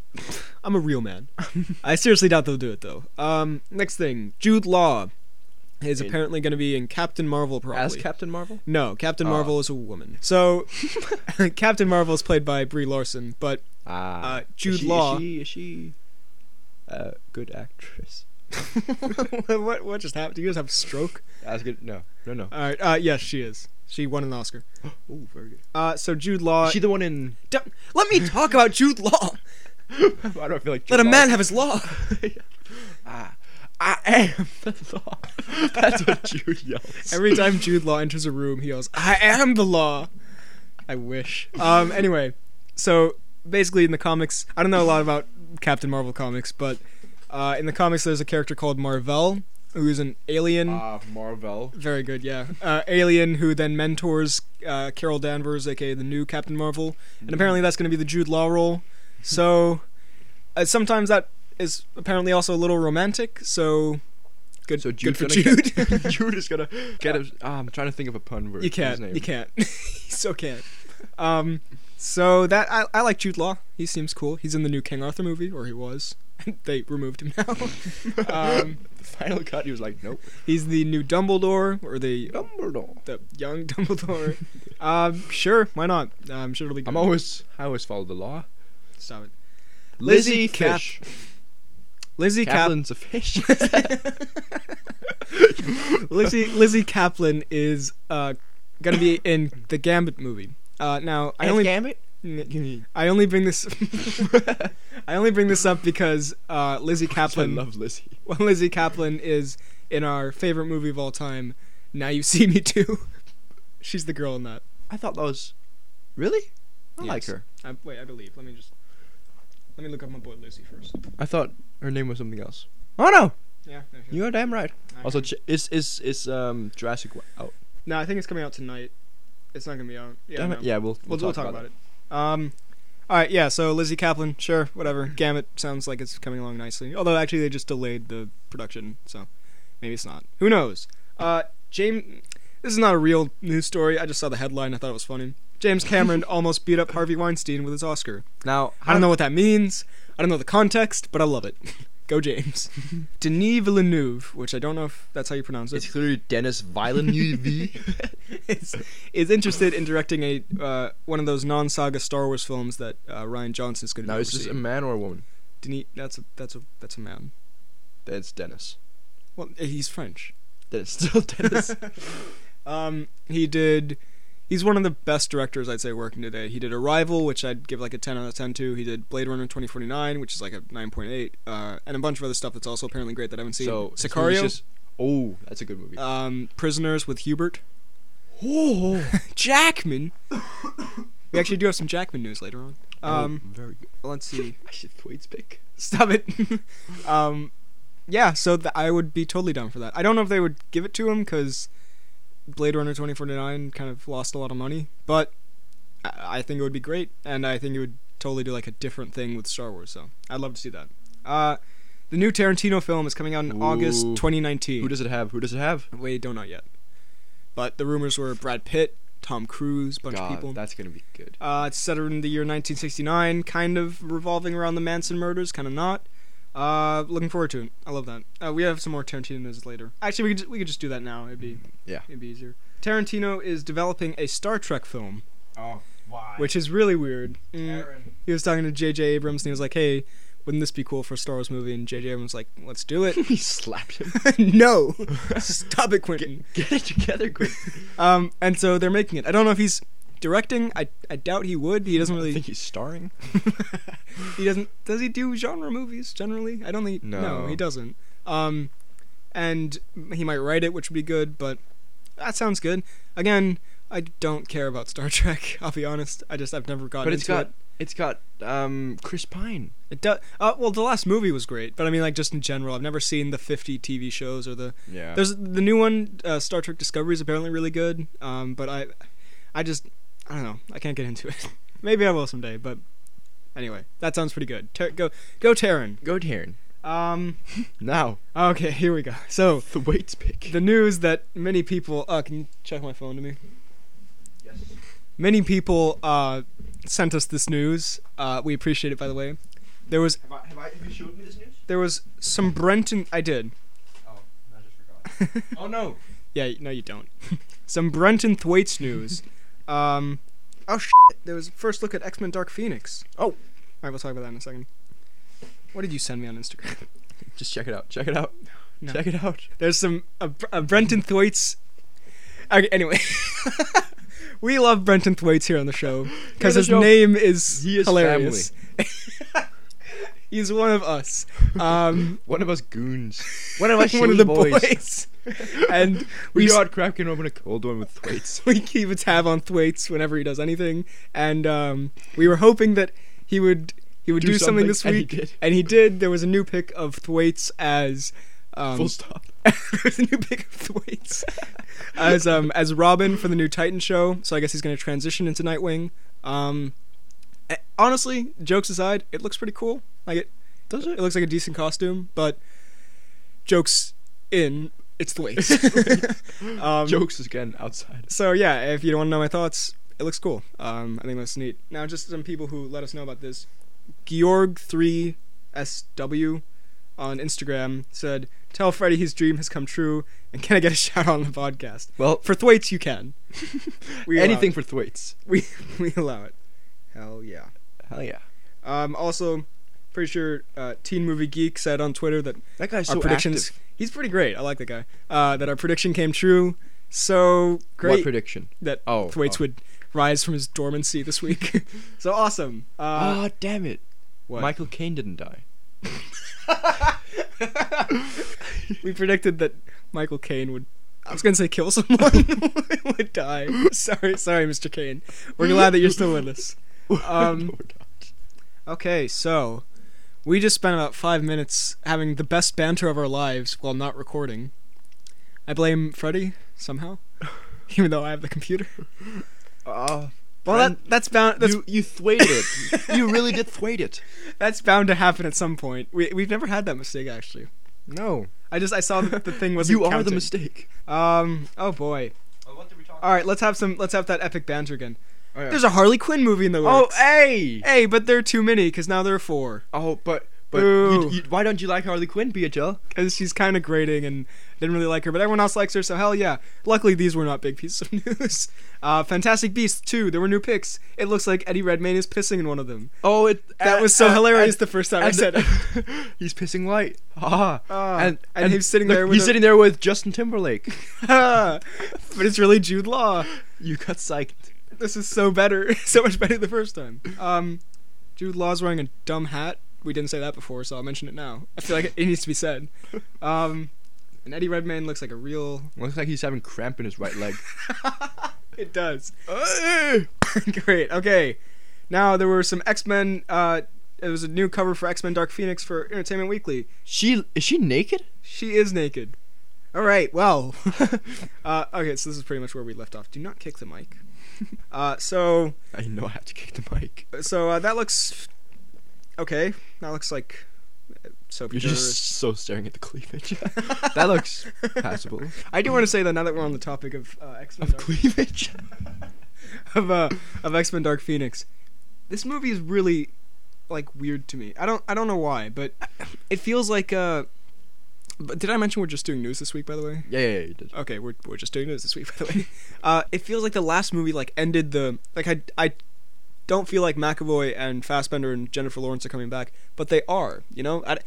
A: I'm a real man. I seriously doubt they'll do it though. Um, next thing, Jude Law is
B: In-
A: apparently going to be in Captain Marvel. Probably
B: As Captain Marvel.
A: no, Captain
B: Oh.
A: Marvel is a woman. So, Captain Marvel is played by Brie Larson, but
B: Ah.
A: uh, Jude
B: is she,
A: Law.
B: Is she, is she a good actress?
A: what what just happened? Do you guys have a stroke?
B: I was good. No, no, no.
A: All right. Uh, yes, she is. She won an Oscar.
B: Ooh, very good.
A: Uh, so Jude Law.
B: is she the one in?
A: Don't- let me talk about Jude Law.
B: Why do I feel like?
A: Let a
B: Jude Law-
A: man have his law.
B: Ah, I am the law. That's what Jude yells.
A: Every time Jude Law enters a room, he yells, "I am the law." I wish. Um. Anyway, so basically in the comics, I don't know a lot about Captain Marvel comics, but uh, in the comics, there's a character called Marvel, who is an alien.
B: Ah, Marvel.
A: Very good, yeah. Uh, Alien, who then mentors uh, Carol Danvers, aka the new Captain Marvel, and
B: Mm.
A: apparently that's going to be the Jude Law role. So uh, sometimes that is apparently also a little romantic. So good,
B: So
A: good
B: Jude's
A: for
B: gonna
A: Jude.
B: Get, Jude is gonna get him. ah, I'm trying to think of a pun word.
A: you
B: for his
A: can't,
B: name.
A: you can't, you so can't. Um, so that I, I like Jude Law. He seems cool. He's in the new King Arthur movie, or he was. they removed him now. um,
B: The final cut, he was like, nope.
A: he's the new Dumbledore, or the
B: Dumbledore.
A: the young Dumbledore. um, sure, why not? I'm sure it'll be. Good.
B: I'm always, I always follow the law.
A: Stop it. Lizzie
B: Lizzie
A: Cap-
B: Fish.
A: Lizzie Kaplan.
B: Kaplan's a fish.
A: Lizzie Lizzie Kaplan is uh gonna be in the Gambit movie. Uh, now I only
B: Gambit.
A: I only bring this I only bring this up because uh, Lizzie
B: I
A: Kaplan
B: love Lizzie.
A: well, Lizzie Kaplan is in our favorite movie of all time. Now you see me too. She's the girl in that.
B: I thought that was really. I like
A: Yes.
B: her.
A: I, wait, I believe. Let me just let me look up my boy Lizzie first.
B: I thought her name was something else. Oh no,
A: Yeah. no, here.
B: you are damn right.
A: I
B: Also,
A: am.
B: ch- is is is um Jurassic Wo- out?
A: No, I think it's coming out tonight. It's not gonna be out. Yeah,
B: damn
A: no.
B: it. Yeah, we'll
A: We'll, we'll talk, about, it. Um, all right, yeah. So Lizzie Kaplan, sure, whatever. Gamut sounds like it's coming along nicely. Although actually they just delayed the production, so maybe it's not. Who knows? Uh, James, this is not a real news story. I just saw the headline. I thought it was funny. James Cameron almost beat up Harvey Weinstein with his Oscar.
B: Now
A: I don't know what that means. I don't know the context, but I love it. Go James. Denis Villeneuve, which I don't know if that's how you pronounce it
B: It's clearly Dennis Villeneuve.
A: is, is interested in directing a uh, one of those non-saga Star Wars films that uh, Ryan Johnson's going to
B: now,
A: be
B: is this a
A: overseeing.
B: man or a woman?
A: Denis, that's a that's a that's a man.
B: It's Dennis.
A: Well, he's French.
B: Dennis still Dennis.
A: Um, he did. He's one of the best directors I'd say working today. He did Arrival, which I'd give like a 10 out of 10 to. He did Blade Runner 2049, which is like a 9.8, uh, and a bunch of other stuff that's also apparently great that I haven't seen.
B: so this movie's
A: Sicario,
B: just- oh, that's a good movie.
A: um, Prisoners with Hubert
B: oh,
A: Jackman. we actually do have some Jackman news later on. Um,
B: Oh, very good.
A: let's see.
B: I should Wade's pick.
A: Stop it. um, yeah, so th- I would be totally down for that. I don't know if they would give it to him because Blade Runner 2049 kind of lost a lot of money, but I-, I think it would be great, and I think it would totally do like a different thing with Star Wars. So I'd love to see that. Uh, the new Tarantino film is coming out in August
B: Ooh.
A: 2019.
B: Who does it have? Who does it have?
A: we don't know yet, but the rumors were Brad Pitt, Tom Cruise, bunch
B: God,
A: of people.
B: that's gonna be good.
A: Uh, it's set in the year 1969, kind of revolving around the Manson murders, kind of not. Uh, looking forward to it. I love that. Uh, we have some more Tarantino news later. Actually, we could just, we could just do that now. It'd be
B: Yeah.
A: it'd be easier. Tarantino is developing a Star Trek film,
B: Oh, why?
A: which is really weird. Mm, he was talking to J.J. Abrams and he was like, "Hey, wouldn't this be cool for a Star Wars movie? And J.J. Abrams was like, let's do it.
B: he slapped him.
A: no, stop it, Quentin.
B: Get, get it together, quick.
A: Um, and so they're making it. I don't know if he's directing. I I doubt he would. He doesn't
B: I
A: really.
B: think he's starring.
A: he doesn't. Does he do genre movies generally? I don't think. No,
B: No.
A: he doesn't. Um, and he might write it, which would be good. But that sounds good. Again, I don't care about Star Trek. I'll be honest. I just I've never gotten
B: But it's
A: into
B: got
A: it.
B: it. has got um Chris Pine.
A: It does. Uh, well, the last movie was great, but I mean, like just in general, I've never seen the 50 TV shows or the
B: Yeah.
A: There's the new one, uh, Star Trek Discovery, is apparently really good. Um, but I, I just, I don't know. I can't get into it. Maybe I will someday. But anyway, that sounds pretty good. Ter- go, go, Terran.
B: Go Taryn.
A: Um,
B: Now
A: okay, here we go. So
B: the weights pick.
A: the news that many people. Uh, can you check my phone to me?
B: Yes.
A: Many people uh, sent us this news. Uh, we appreciate it, by the way. There was
B: Have I, have I have you showed me this news?
A: there was some Brenton. I did.
B: Oh, I just forgot. oh no.
A: Yeah, no, you don't. Some Brenton Thwaites news. um, oh shit! There was a first look at X Men Dark Phoenix.
B: Oh.
A: all right, we'll talk about that in a second. What did you send me on Instagram?
B: Just check it out. Check it out.
A: No.
B: Check it out.
A: There's some a, a Brenton Thwaites. Okay, anyway, we love Brenton Thwaites here on the show
B: the
A: because his
B: show.
A: name is,
B: He is
A: hilarious. He's one of us. Um,
B: One of us goons. One of us
A: one of
B: shitty
A: the
B: boys.
A: boys. and
B: We
A: we
B: got cracking open a cold one with weights.
A: we keep a tab on Thwaites whenever he does anything, and um, we were hoping that he would he would do,
B: Do
A: something,
B: something,
A: this
B: and he
A: week,
B: did.
A: and he did. There was a new pick of Thwaites as um,
B: Full stop.
A: there was a new pick of Thwaites as um, as Robin for the new Titan show. So I guess he's going to transition into Nightwing. Um, eh, honestly, jokes aside, it looks pretty cool. Like it
B: Does
A: it looks like a decent costume, but jokes in. It's Thwaites. um,
B: Jokes again outside.
A: so yeah, if you don't want to know my thoughts, it looks cool. Um, I think that's neat. Now, just some people who let us know about this. Georg3SW on Instagram said, "Tell Freddy his dream has come true, and can I get a shout out on the podcast?"
B: Well,
A: For Thwaites, you can. we uh, allow
B: anything
A: it.
B: for Thwaites.
A: we we allow it. Hell yeah.
B: Hell yeah.
A: Um, also, pretty sure uh, Teen Movie Geek said on Twitter that
B: That guy's
A: our predictions. He's pretty great. I like the guy. Uh, that our prediction came true. So
B: What
A: great
B: prediction?
A: that
B: Oh,
A: Thwaites
B: oh.
A: would rise from his dormancy this week. so awesome. Uh,
B: Ah, damn it.
A: what?
B: Michael Caine didn't die.
A: we predicted that Michael Caine would. I was gonna say kill someone would die. Sorry, sorry, Mr. Caine. We're glad that you're still with us. Um,
B: Or not.
A: Okay, so we just spent about five minutes having the best banter of our lives while not recording. I blame Freddy somehow, even though I have the computer.
B: Ah,
A: Well,
B: Fred-
A: that, that's bound. uh, That's
B: you you thwaited it. you really did thwait it.
A: That's bound to happen at some point. We we've never had that mistake actually.
B: No,
A: I just I saw that the thing wasn't.
B: you are the
A: counting.
B: mistake.
A: Um. Oh boy. All right. Let's have some. Let's have that epic banter again.
B: Oh, yeah.
A: There's a Harley Quinn movie in the
B: oh
A: works.
B: hey.
A: hey, but there are too many because now there are four.
B: Oh, but but
A: Boo.
B: you, you, why don't you like Harley Quinn, BHL?
A: Because she's kind of grating and didn't really like her, but everyone else likes her. So hell yeah. Luckily these were not big pieces of news. Uh, Fantastic Beasts two. There were new picks. It looks like Eddie Redmayne is pissing in one of them.
B: Oh, it
A: That
B: uh,
A: was so
B: uh,
A: hilarious
B: and-
A: the first time I
B: and-
A: said it.
B: he's pissing light. Ah,
A: Ah,
B: and,
A: and he's sitting there with
B: he's
A: a-
B: sitting there with Justin Timberlake.
A: but it's really Jude Law.
B: you got psyched.
A: this is so better, so much better the first time. Um, Jude Law's wearing a dumb hat. We didn't say that before, so I'll mention it now. I feel like it needs to be said. Um, and Eddie Redmayne looks like a real.
B: Looks like he's having cramp in his right leg.
A: It does.
B: Hey!
A: Great. Okay. Now there were some X Men. Uh, there was a new cover for X Men Dark Phoenix for Entertainment Weekly.
B: she is she naked?
A: She is naked. All right. Well. uh, okay. So this is pretty much where we left off. Do not kick the mic. Uh, so
B: I know I have to kick the mic.
A: so uh, that looks okay. That looks like uh, soapy.
B: You're
A: dirt.
B: just so staring at the cleavage. that looks passable.
A: I do want to say that now that we're on the topic of uh, X Men
B: Of
A: Dark,
B: cleavage.
A: of, uh, of X Men Dark Phoenix, this movie is really like weird to me. I don't I don't know why, but it feels like. Uh, but did I mention we're just doing news this week? By the way,
B: Yeah, yeah, yeah, you did.
A: okay, we're we're just doing news this week. By the way, uh, it feels like the last movie like ended the like I I don't feel like McAvoy and Fassbender and Jennifer Lawrence are coming back, but they are. You know, I,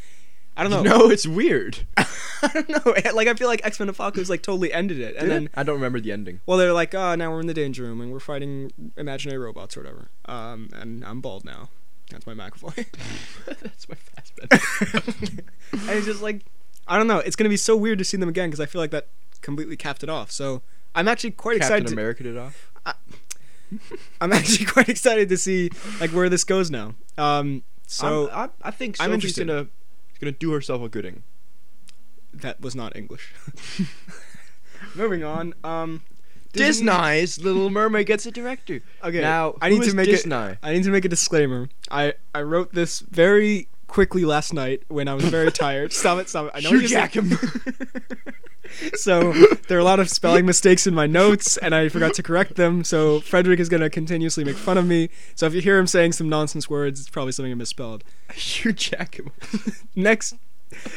A: I don't know.
B: No, it's weird.
A: I don't know. Like I feel like X Men Apocalypse like totally ended it, and
B: Did it?
A: then
B: I don't remember the ending.
A: well they're like, ah, now we're in the danger room and we're fighting imaginary robots or whatever. Um, and I'm bald now. That's my McAvoy.
B: That's my fast bet.
A: and it's just like, I don't know. It's gonna be so weird to see them again because I feel like that completely capped it off. So I'm actually quite
B: Captain
A: excited. to-
B: America did off.
A: I'm actually quite excited to see like where this goes now. Um, so
B: I'm, uh, I, I think
A: I'm
B: Sophie's
A: interested.
B: gonna gonna do herself a gooding.
A: that was not English. Moving on. Um,
B: Disney's Little Mermaid gets a director.
A: Okay,
B: now
A: I need
B: who
A: to
B: is
A: make it-
B: Disney.
A: I need to make a disclaimer. I I wrote this very quickly last night when I was very tired. Stop it! Stop it! I know
B: Hugh
A: what you're saying.
B: Jackman.
A: So there are a lot of spelling mistakes in my notes, and I forgot to correct them. So Frederick is going to continuously make fun of me. So if you hear him saying some nonsense words, it's probably something I misspelled.
B: Hugh Jackman.
A: Next,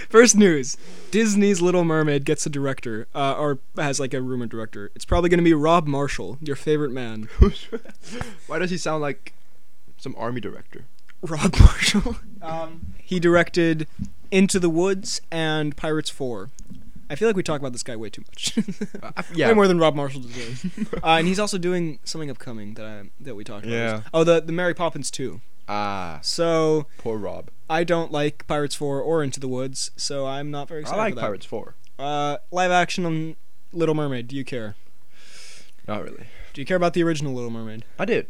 A: first news: Disney's Little Mermaid gets a director, uh, or has like a rumored director. It's probably going to be Rob Marshall, your favorite man.
B: Why does he sound like some army director?
A: Rob Marshall. Um, he directed Into the Woods and Pirates Four. I feel like we talk about this guy way too much.
B: Uh, I- I- yeah.
A: Way more than Rob Marshall deserves. uh, and he's also doing something upcoming that I that we talked about.
B: Yeah.
A: Oh, the the Mary Poppins two.
B: Ah,
A: So
B: poor Rob.
A: I don't like Pirates Four or Into the Woods, so I'm not very
B: I
A: excited.
B: like
A: for that.
B: Pirates Four.
A: Uh, live action on Little Mermaid. Do you care?
B: Not really.
A: Do you care about the original Little Mermaid?
B: I did.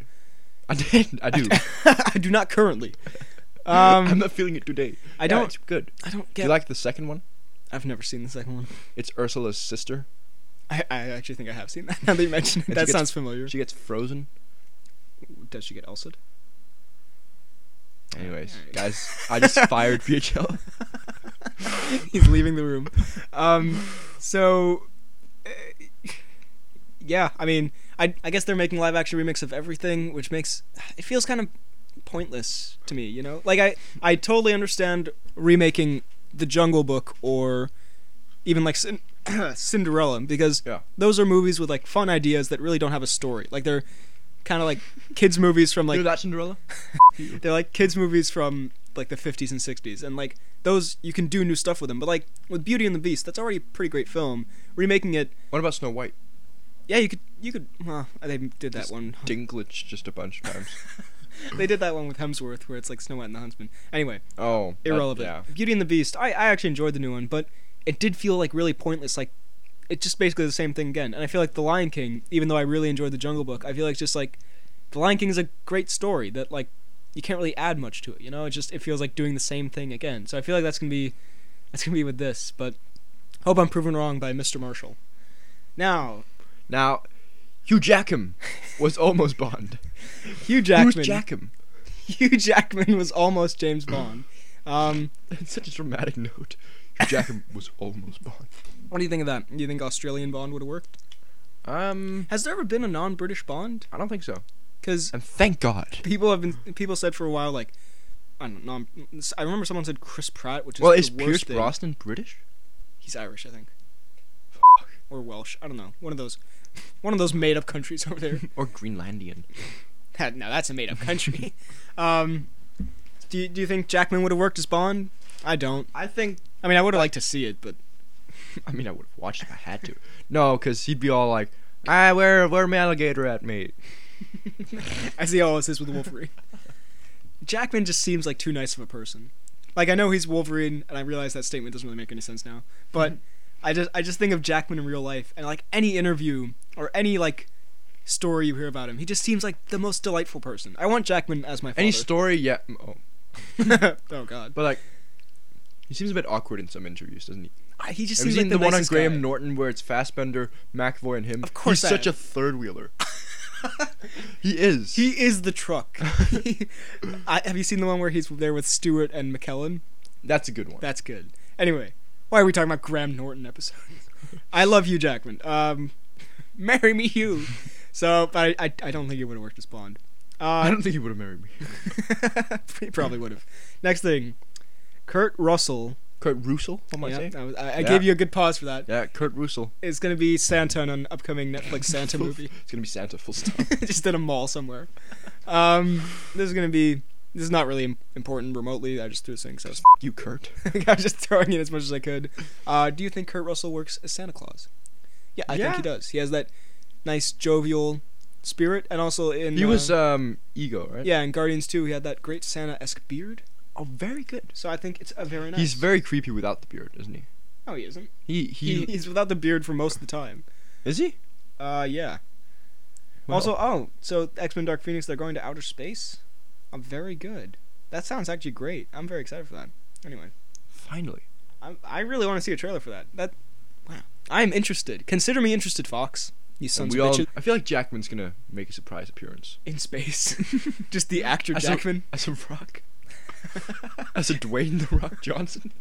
B: I did. I do.
A: I do not currently. Um,
B: I'm not feeling it today.
A: I
B: Yeah,
A: don't-
B: it's good.
A: I don't
B: Do
A: get.
B: you like the second one?
A: I've never seen the second one.
B: It's Ursula's sister.
A: I, I actually think I have seen that. Now that you mention it,
B: And
A: that
B: she gets-
A: sounds familiar.
B: She gets frozen.
A: Does she get ulcered?
B: Anyways,
A: Alright.
B: guys, I just fired VHL.
A: He's leaving the room. Um, so, uh, yeah, I mean, I I guess they're making live action remix of everything, which makes it feels kind of pointless to me. You know, like I I totally understand remaking the Jungle Book or even like Cin- Cinderella because
B: Yeah.
A: those are movies with like fun ideas that really don't have a story. Like they're kind of like kids movies from like
B: Like, you know that Cinderella?
A: they're like kids movies from like the 50s and 60s and like those you can do new stuff with them but like with beauty and the beast that's already a pretty great film remaking it
B: What about Snow White?
A: yeah you could you could well, they did that
B: Just
A: one
B: Dinklage just a bunch of times.
A: they did that one with hemsworth where it's like snow white and the huntsman anyway
B: Oh, that-
A: irrelevant
B: yeah.
A: beauty and the beast I, I actually enjoyed the new one but it did feel like really pointless like it's just basically the same thing again and i feel like the lion king even though i really enjoyed the jungle book i feel like it's just like the lion king is a great story that like you can't really add much to it you know it just it feels like doing the same thing again so i feel like that's gonna be that's gonna be with this but hope i'm proven wrong by mr marshall now
B: Now, Hugh Jackman was almost Bond.
A: hugh jackman
B: Hugh Jackman.
A: hugh jackman was almost james bond um
B: That's such a dramatic note. Hugh Jackman was almost Bond.
A: what do you think of that do you think australian bond would have worked
B: Um,
A: has there ever been a non-british bond
B: I don't think so.
A: because
B: And thank God.
A: people have been people said for a while like I don't know. I'm- I remember someone said Chris Pratt, which is
B: Well,
A: the
B: is
A: worst
B: Pierce
A: thing.
B: Brosnan British?
A: He's Irish, I think, or Welsh. I don't know. One of those, one of those made-up countries over there.
B: Or Greenlandian?
A: That- no, that's a made-up country. um, do you, do you think Jackman would have worked as Bond? I don't.
B: I think.
A: I mean, I would have liked to see it, but
B: I mean, I would have watched if I had to. No, because he'd be all like, "Ah, where, where my alligator at, mate?"
A: I see all this is with Wolverine. Jackman just seems like too nice of a person. Like I know he's Wolverine, and I realize that statement doesn't really make any sense now. But I just I just think of Jackman in real life, and like any interview or any like story you hear about him, he just seems like the most delightful person. I want Jackman as my father.
B: Any story? Yeah. mm, Oh,
A: oh God,
B: but like, he seems a bit awkward in some interviews, doesn't he?
A: I, he just
B: Have you
A: seems
B: seen
A: like
B: the, one on
A: nicest
B: Graham
A: guy.
B: Norton where it's Fassbender, McAvoy, and him?
A: Of course
B: he's
A: I
B: such
A: have.
B: a third wheeler. he is.
A: He is the truck. I, have you seen the one where he's there with Stewart and McKellen?
B: That's a good one.
A: That's good. Anyway, why are we talking about Graham Norton episodes? I love Hugh Jackman. Um, marry me, Hugh. So, but I, I, I don't think he would have worked as Bond.
B: I
A: Uh,
B: don't think he would have married me.
A: he probably would have. Next thing, Kurt Russell
B: Kurt Russell, I might
A: Yeah,
B: say.
A: I, was- I- I
B: Oh, Yeah.
A: gave you a good pause for that.
B: Yeah, Kurt Russell.
A: It's gonna be Santa in an upcoming Netflix Santa movie.
B: It's gonna be Santa. Full stop.
A: just in a mall somewhere. Um, this is gonna be. This is not really im- important remotely. I just threw a thing, so it's
B: you, Kurt.
A: I was just throwing in as much as I could. Uh, do you think Kurt Russell works as Santa Claus? Yeah, I think
B: Yeah.
A: he does. He has that nice jovial spirit, and also in
B: He
A: uh,
B: was um ego, right?
A: yeah in Guardians 2, he had that great Santa-esque beard.
B: Oh, very good.
A: So I think it's a very nice.
B: He's very creepy without the beard, isn't he?
A: oh he isn't.
B: He
A: He,
B: he,
A: he's without the beard for most of the time.
B: is he.
A: Uh, yeah.
B: Well,
A: Also, oh, so X Men Dark Phoenix, they're going to outer space? I'm very good. That sounds actually great. I'm very excited for that. Anyway,
B: finally,
A: I, I really want to see a trailer for that. That, wow. I'm interested. Consider me interested, Fox. You
B: and
A: sons
B: we
A: of
B: all.
A: bitches.
B: I feel like Jackman's gonna make a surprise appearance
A: In space. Just the actor
B: As a-
A: Jackman.
B: as a Rock, as a Dwayne the Rock Johnson.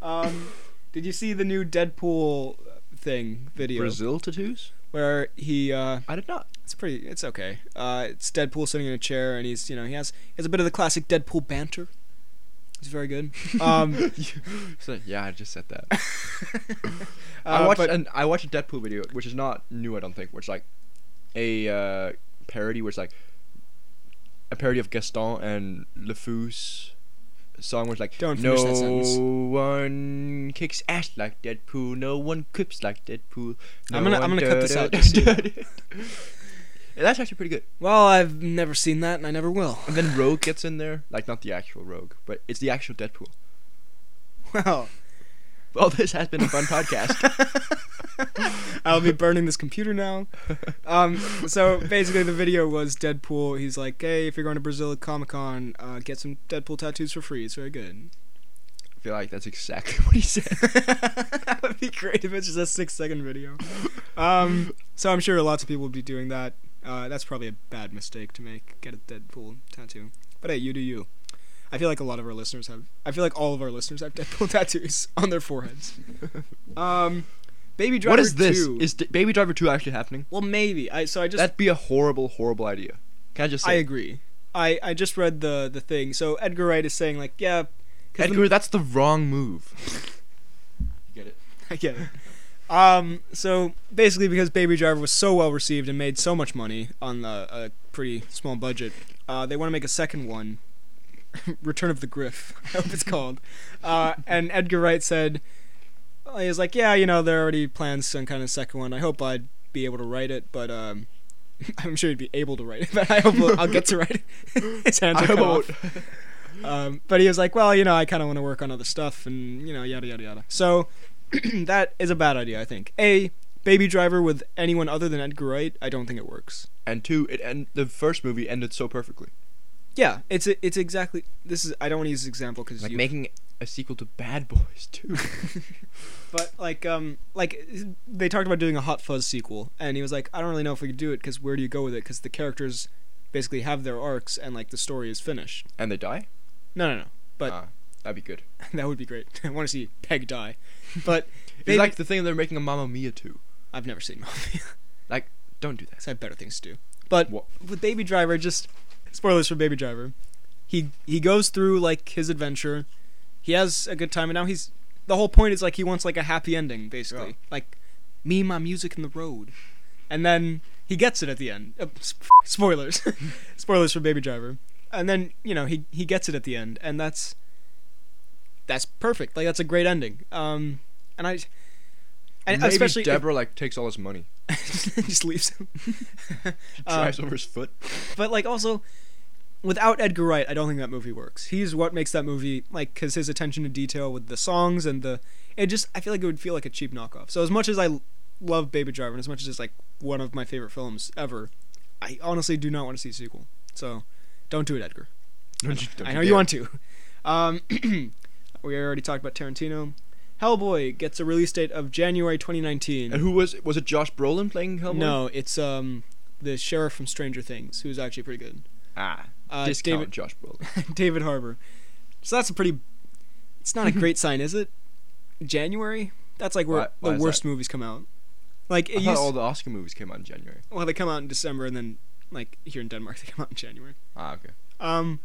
A: Um, did you see the new Deadpool uh, thing video?
B: Brazil tattoos?
A: Where he, uh,
B: I did not.
A: it's pretty, it's okay. Uh, it's Deadpool sitting in a chair and he's, you know, he has, he has a bit of the classic Deadpool banter. He's very good. Um,
B: So, yeah, I just said that.
A: Uh,
B: I watched
A: but-
B: an I watched a Deadpool video, which is not new, I don't think. Which is like a uh, parody, which is like a parody of Gaston and LeFou's song, which like
A: Don't
B: no
A: finish that sentence.
B: one kicks ass like Deadpool, no one clips like Deadpool. No
A: I'm gonna- I'm
B: one
A: gonna cut this
B: da-
A: out,
B: da-
A: just do
B: da- da- Yeah, That's actually pretty good.
A: Well, I've never seen that, and I never will.
B: And then Rogue gets in there, like not the actual Rogue, but it's the actual Deadpool.
A: Well,
B: Well, this has been a fun podcast.
A: I'll be burning this computer now. Um, so basically, the video was Deadpool. He's like, "Hey, if you're going to Brazil at Comic Con, uh, get some Deadpool tattoos for free. It's very good."
B: I feel like that's exactly what he said.
A: that would be great if it's just a six-second video. Um, so I'm sure lots of people would be doing that. Uh, that's probably a bad mistake to make. Get a Deadpool tattoo. But hey, you do you. I feel like a lot of our listeners have. I feel like all of our listeners have Deadpool tattoos on their foreheads. Um, Baby Driver.
B: what is this?
A: 2.
B: Is D- Baby Driver 2 actually happening?
A: Well, maybe. I so I just
B: That'd be a horrible, horrible idea. Can I just
A: I
B: say?
A: agree. I I just read the the thing. So Edgar Wright is saying like, yeah, 'cause the-
B: Edgar, that's the wrong move. you get it?
A: I get it. Um, so basically, because Baby Driver was so well received and made so much money on the, a pretty small budget, uh, they want to make a second one, Return of the Griff. I hope it's called. Uh, and Edgar Wright said, uh, he was like, yeah, you know, there are already plans some kind of second one. I hope I'd be able to write it, but um, I'm sure he'd be able to write it. But I hope I'll get to write it. His hands
B: I
A: are cut
B: hope I
A: off.
B: won't.
A: Um, but he was like, well, you know, I kind of want to work on other stuff and, you know, yada, yada, yada. So that is a bad idea, I think. A, Baby Driver with anyone other than Edgar Wright, I don't think it works.
B: And two, it and the first movie ended so perfectly.
A: Yeah, it's a, it's exactly. This is. I don't want to use this example because
B: Like
A: you.
B: making a sequel to Bad Boys too.
A: but like um like they talked about doing a Hot Fuzz sequel, and he was like, I don't really know if we could do it because where do you go with it? Because the characters basically have their arcs and like the story is finished.
B: and they die.
A: No, no, no. But
B: Ah, that'd be good.
A: that would be great. I want to see Peg die, but
B: It's
A: Baby-
B: like the thing they're making a Mamma Mia too.
A: I've never seen Mafia.
B: Don't do that.
A: because I have better things to do. But
B: What?
A: with Baby Driver, just spoilers for Baby Driver. He he goes through like his adventure. He has a good time, and now he's the whole point is like he wants like a happy ending, basically.
B: Yeah.
A: Like me, my music, and the road, and then he gets it at the end. Uh, sp- spoilers, spoilers for Baby Driver, and then you know he he gets it at the end, and that's that's perfect. Like that's a great ending. Um, and I. And
B: Maybe
A: especially if-
B: Deborah like takes all his money,
A: just leaves him.
B: she
A: Um,
B: drives over his foot.
A: But like also, without Edgar Wright, I don't think that movie works. He's what makes that movie like because his attention to detail with the songs and the it just I feel like it would feel like a cheap knockoff. So as much as I l- love Baby Driver and as much as it's like one of my favorite films ever, I honestly do not want to see a sequel. So don't do it, Edgar.
B: Don't you- don't
A: I know
B: dare.
A: you want to. Um, we already talked about Tarantino. Hellboy gets a release date of January 2019.
B: And who was was it? Josh Brolin playing Hellboy?
A: No, it's um the sheriff from Stranger Things, who's actually pretty good.
B: Ah,
A: Uh,
B: discount Josh Brolin.
A: David David Harbor. So that's a pretty. It's not a great sign, is it? January. That's like where
B: Why- why
A: the
B: is
A: worst movies come out. Like it
B: I thought
A: used.
B: all the Oscar movies came out in January.
A: well, they come out in December, and then like here in Denmark, they come out in January.
B: Ah, okay.
A: Um,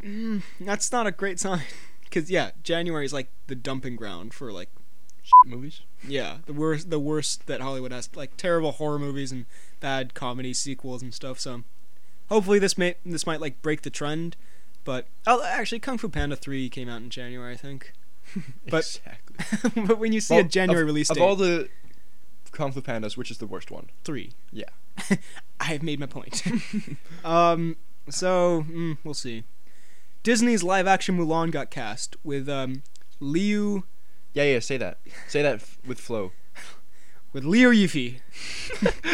A: mm, that's not a great sign because yeah, January is like the dumping ground for like
B: movies.
A: yeah the worst the worst that Hollywood has like terrible horror movies and bad comedy sequels and stuff. So hopefully this may this might like break the trend. But oh, actually, Kung Fu Panda three came out in January, I think. But-
B: exactly.
A: but when you see
B: Well,
A: a January
B: of,
A: release
B: of
A: date,
B: all the Kung Fu Pandas, which is the worst one?
A: three.
B: Yeah.
A: I have made my point. um, so mm, we'll see. Disney's live-action Mulan got cast with um, Liu
B: Yeah, yeah. Say that. Say that f- with flow.
A: with Leo Yifei.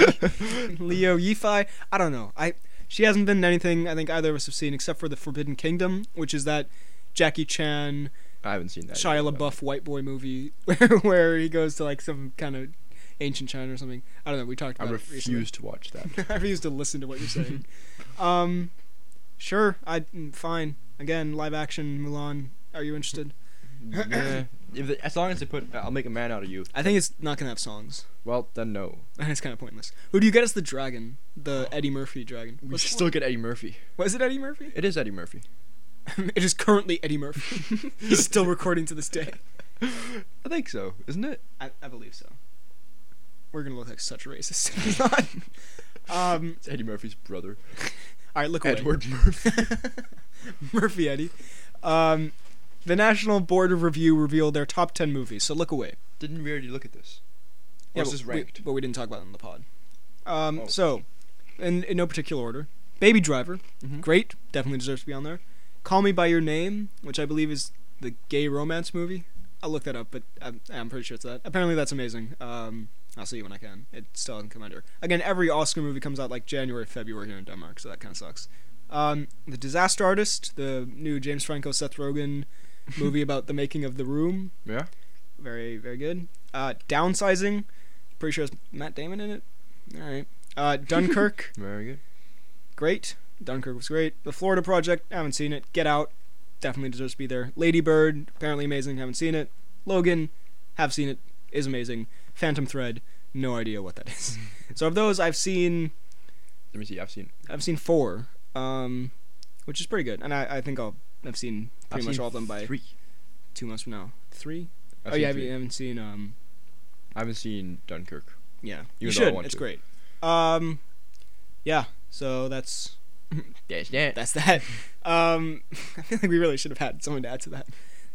A: Leo Yifei. I don't know. I she hasn't been in anything I think either of us have seen except for the Forbidden Kingdom, which is that Jackie Chan
B: I haven't seen that.
A: Shia
B: yet, but-
A: LaBeouf white boy movie where, where he goes to like some kind of ancient China or something. I don't know. We talked
B: I
A: about it uh, recently.
B: refuse to watch that.
A: I refuse to listen to what you're saying. um, sure, I mm, fine. Again, live action Mulan. Are you interested?
B: Nah. If they- as long as they put, I'll make a man out of you.
A: I think it's not gonna have songs,
B: Well, then no.
A: and it's kind of pointless. Who do you get as the dragon? The Eddie Murphy dragon.
B: We
A: What's
B: should
A: the
B: still get Eddie Murphy.
A: one? Was it Eddie Murphy?
B: It is Eddie Murphy.
A: it is currently Eddie Murphy. He's still recording to this day.
B: I think so, isn't it?
A: I, I believe so. We're gonna look like such racists. if he's not. um,
B: It's Eddie Murphy's brother,
A: all right, look away.
B: Edward Murphy.
A: Murphy Eddie. Um, the National Board of Review revealed their top ten movies, so look away.
B: Didn't we already look at this? Or
A: Yeah,
B: is
A: but
B: this
A: we-
B: ranked?
A: but we didn't talk about it in the pod. Um,
B: Oh.
A: So, in, in no particular order, Baby Driver,
B: Mhm.
A: great, definitely deserves to be on there. Call Me by Your Name, which I believe is the gay romance movie. I'll look that up, but I'm, I'm pretty sure it's that. Apparently, that's amazing. Um, I'll see you when I can. It still hasn't come under. Again, every Oscar movie comes out like January, February here in Denmark, so that kind of sucks. Um, the Disaster Artist, the new James Franco Seth Rogen movie about the making of The Room,
B: yeah.
A: very, very good. Uh, downsizing. Pretty sure it's Matt Damon in it. All right. Uh, Dunkirk.
B: Very good.
A: great. Dunkirk was great. The Florida Project. Haven't seen it. Get Out. Definitely deserves to be there. Lady Bird. Apparently amazing. Haven't seen it. Logan. Have seen it. Is amazing. Phantom Thread. No idea what that is. so of those, I've seen
B: Let me see. I've seen.
A: I've seen four, um, which is pretty good. And I, I think I'll I've seen pretty
B: I've
A: much
B: seen
A: all of them by
B: three.
A: two months from now. 3
B: I've
A: oh
B: seen
A: yeah,
B: three.
A: I haven't seen um
B: I haven't seen Dunkirk.
A: Yeah, you,
B: Even though I
A: should.
B: want
A: It's
B: to.
A: great. Um, yeah. So that's
B: Yes, yeah.
A: that's that. Um, I feel like we really should have had someone to add to that.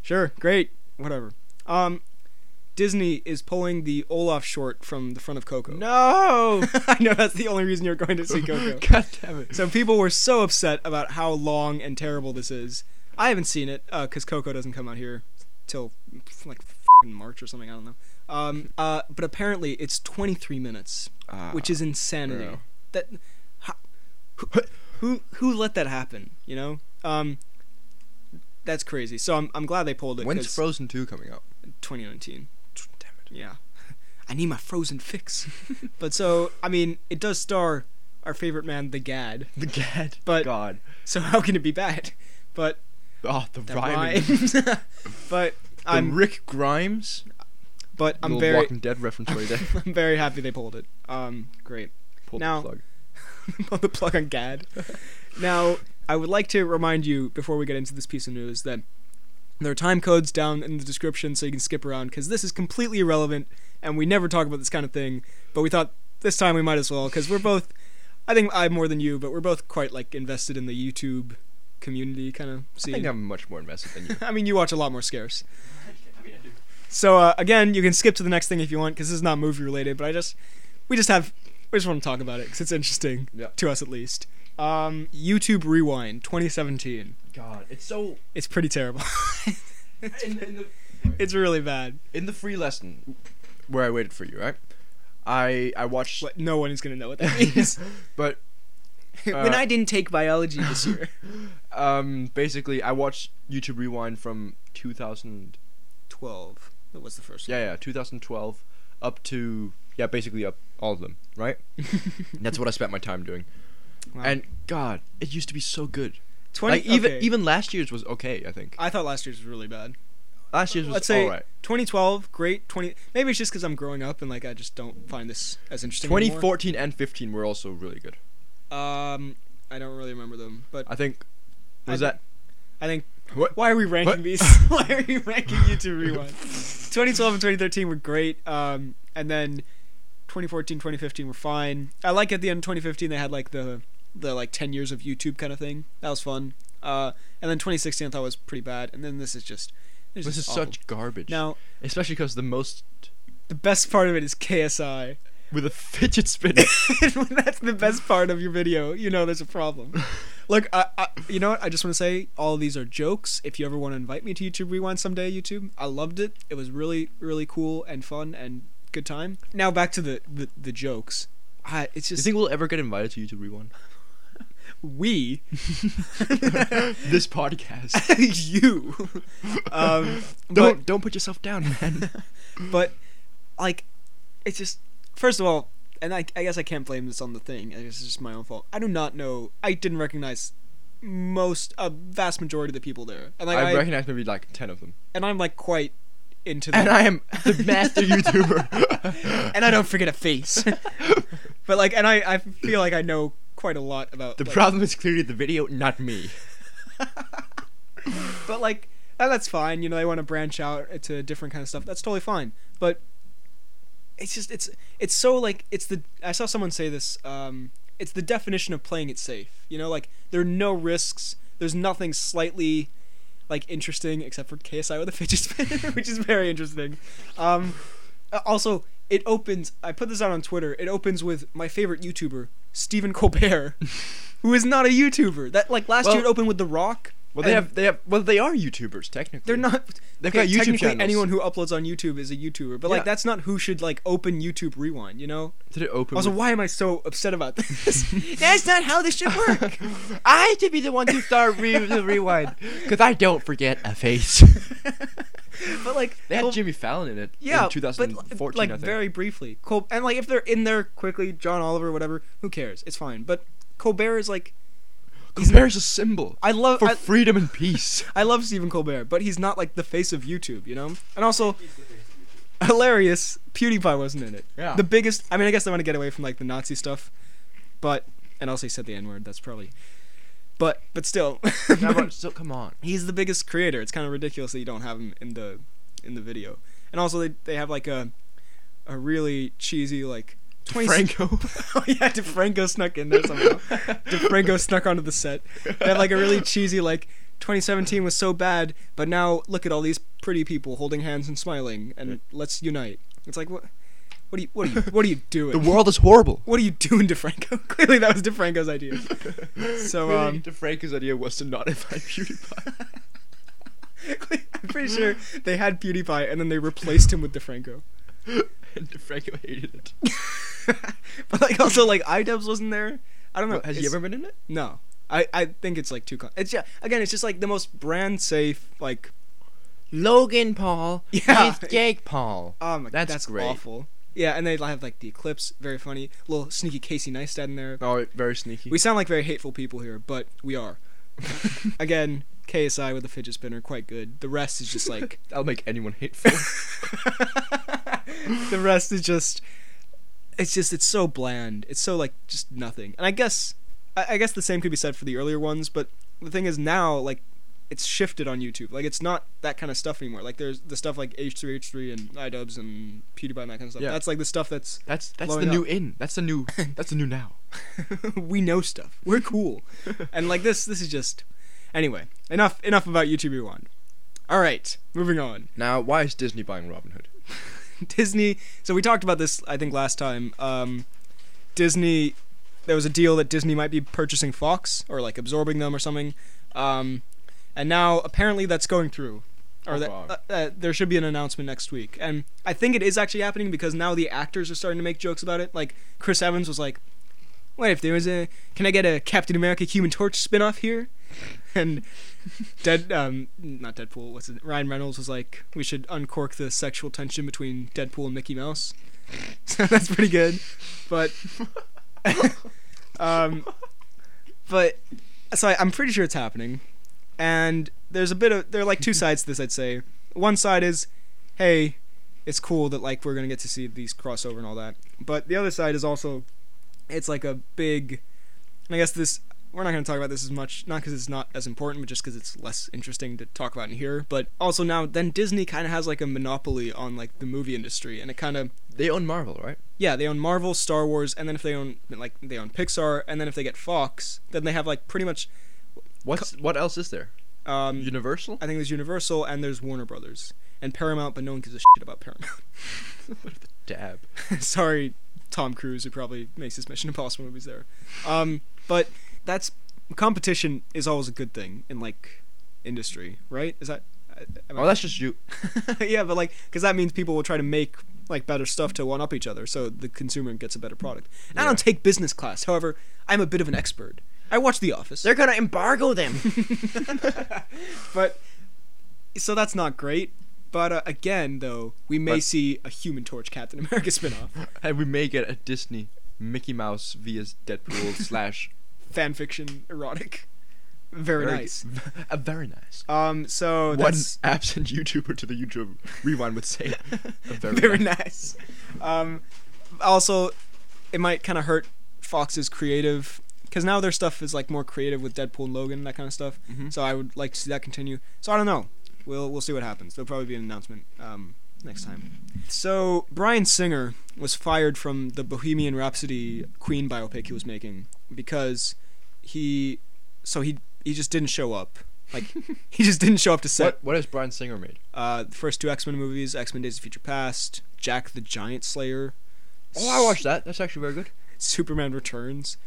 A: Sure, great, whatever. Um, Disney is pulling the Olaf short from the front of Coco.
B: No.
A: I know that's the only reason you're going to see Coco.
B: God damn it.
A: So people were so upset about how long and terrible this is. I haven't seen it because Coco doesn't come out here till like fing March or something. I don't know. Um, uh, but apparently it's 23 minutes
B: Ah,
A: which is insanity.
B: bro.
A: That ho- who, who who let that happen? You know, um, that's crazy. So I'm I'm glad they pulled it.
B: When's
A: 'cause
B: Frozen Two coming out?
A: 2019?
B: Damn it.
A: Yeah, I need my Frozen fix. but so I mean, it does star our favorite man, the Gad.
B: The Gad.
A: But-
B: God.
A: So how can it be bad? But
B: Oh, the
A: that
B: rhyming.
A: rhymes. but
B: I'm
A: I'm
B: Rick Grimes.
A: but I'm
B: Little
A: very
B: Walking Dead reference right there.
A: I'm very happy they pulled it. Um, great.
B: Pull
A: Now-
B: the plug.
A: pull the plug on Gad. Now, I would like to remind you before we get into this piece of news that there are time codes down in the description so you can skip around because this is completely irrelevant and we never talk about this kind of thing. But we thought this time we might as well because we're both, I think I more than you, but we're both quite like invested in the YouTube community kind of
B: I
A: scene.
B: think I'm much more invested than you.
A: I mean, you watch a lot more scares. So uh, again, you can skip to the next thing if you want, because this is not movie related. But I just, we just have, we just want to talk about it because it's interesting
B: Yeah.
A: to us at least. Um, YouTube Rewind 2017.
B: God, it's so
A: It's pretty terrible.
B: in, in the
A: it's really bad.
B: in the free lesson where I waited for you, right? I I watched,
A: But no one is gonna know what that means.
B: but
A: when I didn't take biology this year,
B: um basically I watched YouTube Rewind from 2000
A: 12. That was the first.
B: yeah yeah 2012 up to yeah basically up all of them right. That's what I spent my time doing.
A: Wow.
B: And God, it used to be so good.
A: 20.
B: like even
A: okay.
B: even last year's was okay. I think
A: I thought last year's was really bad.
B: last year's
A: Let's
B: was
A: say
B: all right.
A: 2012, great. 20. Maybe it's just because I'm growing up and like I just don't find this as interesting. anymore.
B: 2014 and 15 were also really good.
A: Um, I don't really remember them, but
B: I think
A: I
B: was
A: thi-
B: that
A: I think
B: What?
A: Why are we ranking
B: What?
A: these? Why are we ranking YouTube Rewind? 2012 and 2013 were great, um, and then 2014, 2015 were fine. I like at the end of 2015 they had like the the like 10 years of YouTube kind of thing. That was fun. Uh, and then 2016 I thought was pretty bad, and then this is just this,
B: This is
A: awful.
B: such garbage.
A: now
B: Especially because the most
A: the best part of it is KSI.
B: with a fidget spinner.
A: and when that's the best part of your video, you know there's a problem. Look, I, I, you know what? I just want to say all these are jokes. If you ever want to invite me to YouTube Rewind someday, YouTube, I loved it. It was really, really cool and fun and good time. Now back to the the, the jokes. I, it's
B: Do you
A: just
B: think we'll ever get invited to YouTube Rewind?
A: we,
B: this podcast.
A: you, um,
B: Don't
A: but,
B: don't put yourself down, man.
A: but like, it's just first of all, and I, I guess I can't blame this on the thing. I guess it's just my own fault. I do not know. I didn't recognize most a vast majority of the people there, and like
B: I,
A: I,
B: recognize maybe like ten of them,
A: and I'm like quite into that.
B: and I am the master YouTuber.
A: and I don't forget a face. but like, and I, I feel like I know quite a lot about
B: the
A: like-
B: problem is clearly the video, not me.
A: But like, and that's fine. You know, they want to branch out to different kind of stuff. That's totally fine. But it's just it's it's so like it's the I saw someone say this. Um, it's the definition of playing it safe. You know, like there are no risks. There's nothing slightly like interesting except for KSI with a fidget spinner, which is very interesting. Um, uh, also, it opens. I put this out on Twitter. It opens with my favorite YouTuber, Stephen Colbert, who is not a YouTuber. That like last
B: Well-
A: year it opened with The Rock.
B: Well, they
A: and-
B: have they have well they are YouTubers technically.
A: they're not.
B: They've
A: okay,
B: got YouTube
A: technically
B: channels.
A: anyone who uploads on YouTube is a YouTuber, but like
B: Yeah.
A: that's not who should like open YouTube Rewind. You know.
B: Did it open?
A: Also,
B: with-
A: why am I so upset about this? that's not how this should work.
B: I should be the one to start re- the rewind because I don't forget a face.
A: but like
B: They had
A: Col-
B: Jimmy Fallon in it
A: yeah,
B: in 2014,
A: but, like
B: I think.
A: very briefly. Col- and like if they're in there quickly, John Oliver, whatever, who cares? It's fine. But Colbert is like,
B: Colbert's a symbol
A: I love.
B: for
A: I,
B: freedom and peace.
A: I love Stephen Colbert, but he's not like the face of YouTube, you know? And also, hilarious, PewDiePie wasn't in it.
B: Yeah.
A: The biggest, I mean, I guess they want to get away from like the Nazi stuff, but, and also he said the N word, that's probably, but, but still,
B: Now, but still, come on.
A: he's the biggest creator. It's kind of ridiculous that you don't have him in the, in the video. And also, they, they have like a, a really cheesy, like, 20
B: Franco.
A: oh yeah, DeFranco snuck in there somehow. DeFranco snuck onto the set. They have like a really cheesy like 2017 was so bad, but now look at all these pretty people holding hands and smiling, and let's unite. It's like what? What are you? What are you? What are you doing?
B: the world is horrible.
A: what are you doing, DeFranco? Clearly, that was DeFranco's idea. So,
B: Clearly,
A: um,
B: DeFranco's idea was to not invite PewDiePie.
A: I'm pretty sure they had PewDiePie, and then they replaced him with DeFranco.
B: and DeFranco hated it.
A: But like, also like IDubs wasn't there. I don't know.
B: Has he
A: it's-
B: ever been in it?
A: No, I, I think it's like too. Con- it's yeah. Again, it's just like the most brand safe. Like
B: Logan Paul.
A: Yeah. with
B: Jake Paul.
A: oh my,
B: That's
A: that's, that's
B: great.
A: awful. Yeah, and they have like the eclipse, very funny. Little sneaky Casey Neistat in there.
B: Oh, very sneaky.
A: We sound like very hateful people here, but we are. Again, KSI with the fidget spinner, quite good. The rest is just like
B: That'll make anyone hateful.
A: the rest is just it's just it's so bland it's so like just nothing and i guess I, I guess the same could be said for the earlier ones but the thing is now like it's shifted on youtube like it's not that kind of stuff anymore like there's the stuff like h3h3 and idubs and pewdiepie and that kind of stuff
B: Yeah.
A: that's like the stuff that's
B: That's that's
A: Blowing
B: the new
A: up.
B: in. That's the new. That's the new now.
A: we know stuff we're cool and like this this is just anyway enough enough about youtube rewind all right moving on
B: Now, why is Disney buying Robinhood?
A: Disney. So we talked about this, I think, last time. Um, Disney, there was a deal that Disney might be purchasing Fox or like absorbing them or something, um, and now apparently that's going through. Or
B: Oh,
A: that,
B: God.
A: uh, uh, there should be an announcement next week, and I think it is actually happening because now the actors are starting to make jokes about it. Like Chris Evans was like, "What if there was a? Can I get a Captain America Human Torch spin-off here?" And Dead, um, not Deadpool. What's it? Ryan Reynolds was like, we should uncork the sexual tension between Deadpool and Mickey Mouse. So that's pretty good, but, um, but so I, I'm pretty sure it's happening, and there's a bit of there are like two sides to this. I'd say one side is, hey, it's cool that like we're gonna get to see these crossover and all that, but the other side is also, it's like a big, and I guess this we're not going to talk about this as much, not because it's not as important, but just because it's less interesting to talk about in here. But also now, then Disney kind of has like a monopoly on like the movie industry, and it kind of
B: They own Marvel, right?
A: yeah, they own Marvel, Star Wars, and then if they own like they own Pixar, and then if they get Fox, then they have like pretty much
B: What's what else is there?
A: um,
B: Universal.
A: I think there's Universal and there's Warner Brothers and Paramount, but no one gives a shit about Paramount.
B: Dab.
A: Sorry, Tom Cruise, who probably makes his Mission Impossible movies there. Um, but that's competition is always a good thing in like industry, right? Is that? I- am I-
B: Oh, that's just you.
A: yeah, but like, because that means people will try to make like better stuff to one up each other, so the consumer gets a better product. And I
B: Yeah.
A: don't take business class. However, I'm a bit of an expert. I watch The Office.
B: gonna embargo them.
A: but so that's not great. But uh, again, though, we may
B: But-
A: see a Human Torch Captain America spinoff
B: and we make it a Disney Mickey Mouse via Deadpool slash.
A: fan fiction erotic. Very, nice.
B: A very nice.
A: Um, so
B: One
A: that's
B: absent YouTuber to the YouTube rewind would say. A very,
A: very
B: nice.
A: nice. Um, also, it might kind of hurt Fox's creative because now their stuff is like more creative with Deadpool and Logan and that kind of stuff.
B: Mhm.
A: So I would like to see that continue. So I don't know. We'll we'll see what happens. There'll probably be an announcement um, next time. So Brian Singer was fired from the Bohemian Rhapsody Queen biopic he was making because he so he he just didn't show up. Like he just didn't show up to set.
B: What what has Brian Singer made?
A: Uh, the first two X Men movies, X Men Days of Future Past, Jack the Giant Slayer.
B: Oh, I watched that. That's actually very good.
A: Superman Returns.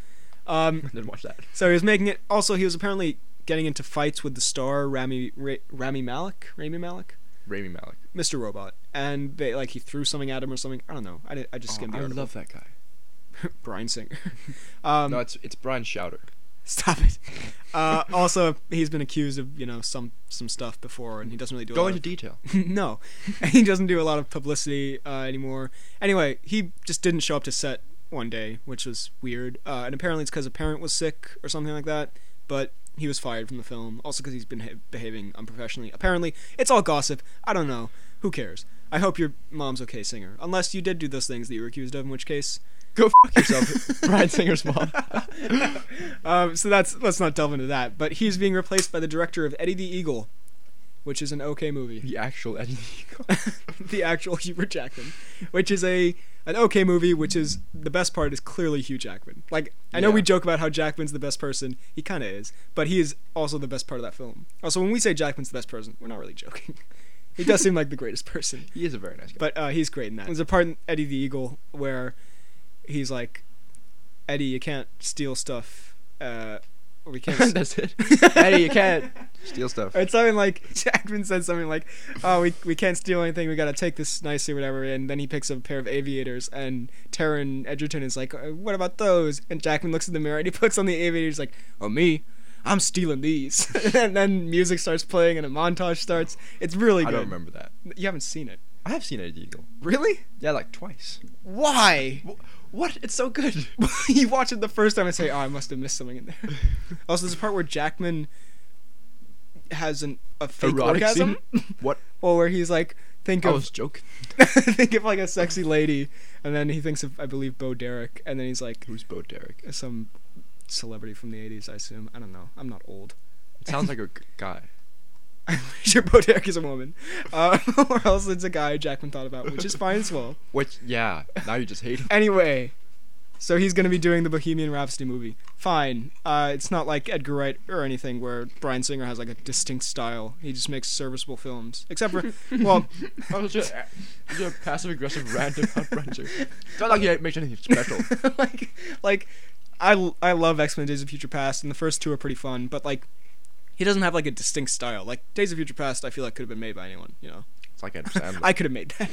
A: Um,
B: Didn't watch that.
A: so he was making it. Also, he was apparently getting into fights with the star Rami Ra- Rami Malik, Rami Malik,
B: Rami Malik.
A: Mr. Robot, and they like he threw something at him or something. I don't know. I, did, I just skimmed
B: Oh, I
A: the article.
B: love that guy.
A: Brian Singer. um,
B: no, it's it's Brian Shouter.
A: Stop it. Uh, also, he's been accused of you know some some stuff before, and he doesn't really do. a
B: Go
A: lot
B: into
A: of-
B: detail.
A: no, he doesn't do a lot of publicity uh, anymore. Anyway, he just didn't show up to set one day, which was weird. Uh, and apparently, it's because a parent was sick or something like that. But he was fired from the film, also because he's been ha- behaving unprofessionally. Apparently, it's all gossip. I don't know. Who cares? I hope your mom's okay, singer. Unless you did do those things that you were accused of, in which case,
B: Go fuck yourself, Brian Singer's mom.
A: um, so that's let's not delve into that. But he's being replaced by the director of Eddie the Eagle, which is an okay movie.
B: the actual Eddie. Eagle.
A: the actual Hugh Jackman, which is a an okay movie. Which is the best part is clearly Hugh Jackman. Like I know we
B: Yeah.
A: joke about how Jackman's the best person. He kind of is, but he is also the best part of that film. Also, when we say Jackman's the best person, we're not really joking. he does seem like the greatest person,
B: He is a very nice guy.
A: but uh, he's great in that. There's a part in Eddie the Eagle where he's like, Eddie, you can't steal stuff. Uh, or we can't.
B: That's it. Eddie, you can't steal stuff.
A: Or It's something like Jackman said something like, "Oh, we we can't steal anything. We gotta take this nicely, whatever." And then he picks up a pair of aviators, and Taron Edgerton is like, "Uh, "What about those?" And Jackman looks in the mirror and he puts on the aviators, like, "Oh me, I'm stealing these." and then music starts playing and a montage starts. It's really
B: I
A: good.
B: don't remember that.
A: You haven't seen it,
B: I have seen Eddie the Eagle.
A: really?
B: Yeah, like twice.
A: Why?
B: What? It's so good.
A: you watch it the first time and say, "Oh, I must have missed something in there." Also, there's a part where Jackman has an a fake orgasm.
B: What?
A: Well, where he's like, think
B: I
A: of
B: was joking.
A: think of like a sexy lady, and then he thinks of I believe Bo Derek, and then he's like
B: Who's Bo Derek?
A: some celebrity from the '80s, I assume. I don't know. I'm not old.
B: It sounds like a g- guy.
A: I'm pretty sure Bo Derek is a woman, uh, or else it's a guy Jackman thought about, which is fine as well.
B: Which? Yeah. Now you just hate him.
A: Anyway, so he's gonna be doing the Bohemian Rhapsody movie. Fine. Uh, it's not like Edgar Wright or anything where Brian Singer has like a distinct style. He just makes serviceable films, except for well,
B: I was just, uh, just a passive aggressive rant about Brancher. Not like he makes anything special.
A: like like I, I love X-Men Days of Future Past and the first two are pretty fun, but like he doesn't have like a distinct style. Like Days of Future Past I feel like could have been made by anyone, you know.
B: It's like Adam Sandler.
A: I could have made that.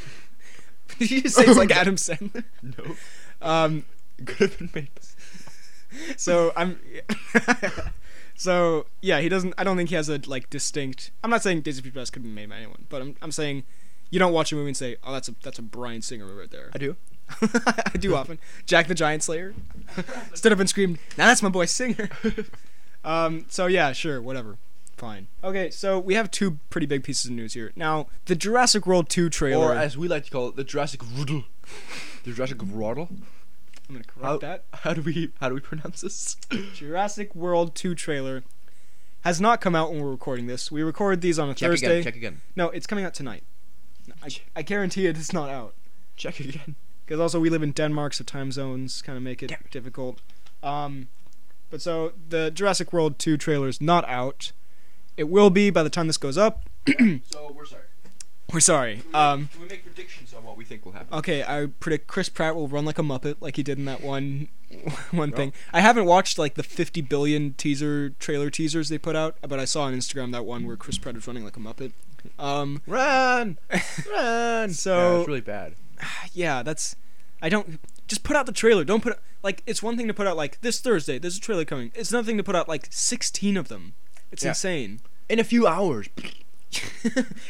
A: Did you just say it's like Adam Sandler?
B: no.
A: Um
B: Could have been made.
A: so I'm So yeah, he doesn't I don't think he has a like distinct I'm not saying Days of Future Past could have been made by anyone, but I'm I'm saying you don't watch a movie and say, "Oh, that's a that's a Brian Singer movie right there."
B: I do.
A: I do often. Jack the Giant Slayer stood up and screamed, "Now that's my boy Singer." um, so yeah, sure, whatever, fine. Okay, so we have two pretty big pieces of news here. Now, the
B: uh,
A: Jurassic World Two trailer.
B: Or as we like to call it, the Jurassic Roodle. The Jurassic Roddle.
A: I'm gonna correct
B: How,
A: that.
B: how do we how do we pronounce this?
A: Jurassic World 2 trailer has not come out when we're recording this. We record these on a
B: Check
A: Thursday.
B: again. Check again.
A: No, it's coming out tonight. I,
B: Ch-
A: I guarantee it it's not out.
B: Check again.
A: Because also we live in Denmark, so time zones kind of make it
B: Damn it.
A: difficult. Um, but so the Jurassic World 2 trailer is not out. It will be by the time this goes up.
B: So we're sorry.
A: We're sorry. Um,
B: can we make predictions on what we think will happen?
A: okay, I predict Chris Pratt will run like a muppet, like he did in that one one
B: Well-
A: thing. I haven't watched like the 50 billion teaser trailer teasers they put out, but I saw on Instagram that one where Chris Pratt was running like a muppet. Um,
B: Run, run.
A: So-
B: yeah, it's really bad.
A: yeah, that's. I don't. Just put out the trailer. Don't put like it's one thing to put out like this Thursday. There's a trailer coming. It's another thing to put out like 16 of them. It's
B: Yeah.
A: insane.
B: In a few hours,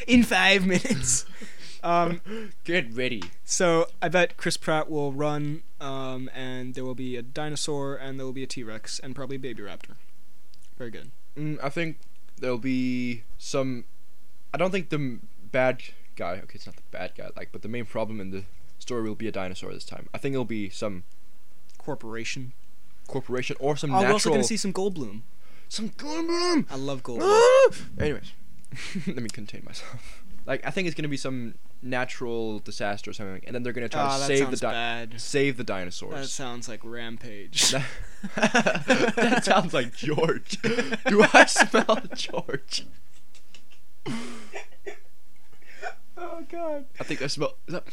A: In five minutes. um,
B: get ready.
A: so I bet Chris Pratt will run, um, and there will be a dinosaur, and there will be a T Rex, and probably a baby raptor. Very good.
B: Mm, I think there'll be some. I don't think the m- bad guy. Okay, it's not the bad guy. Like, but the main problem in the story will be a dinosaur this time. I think it'll be some
A: Corporation.
B: corporation or some
A: Oh, we're also
B: natural.
A: gonna see some Goldblum.
B: some gloom.
A: I love Goldblum.
B: Ah! Anyways, let me contain myself. Like, I think it's gonna be some natural disaster or something, and then they're gonna try
A: Ah,
B: to
A: that
B: save the
A: sounds
B: di-
A: bad.
B: save the
A: That
B: dinosaurs.
A: sounds like Rampage.
B: That, that sounds like George. Do I smell George?
A: oh God.
B: I think I smell. Is that,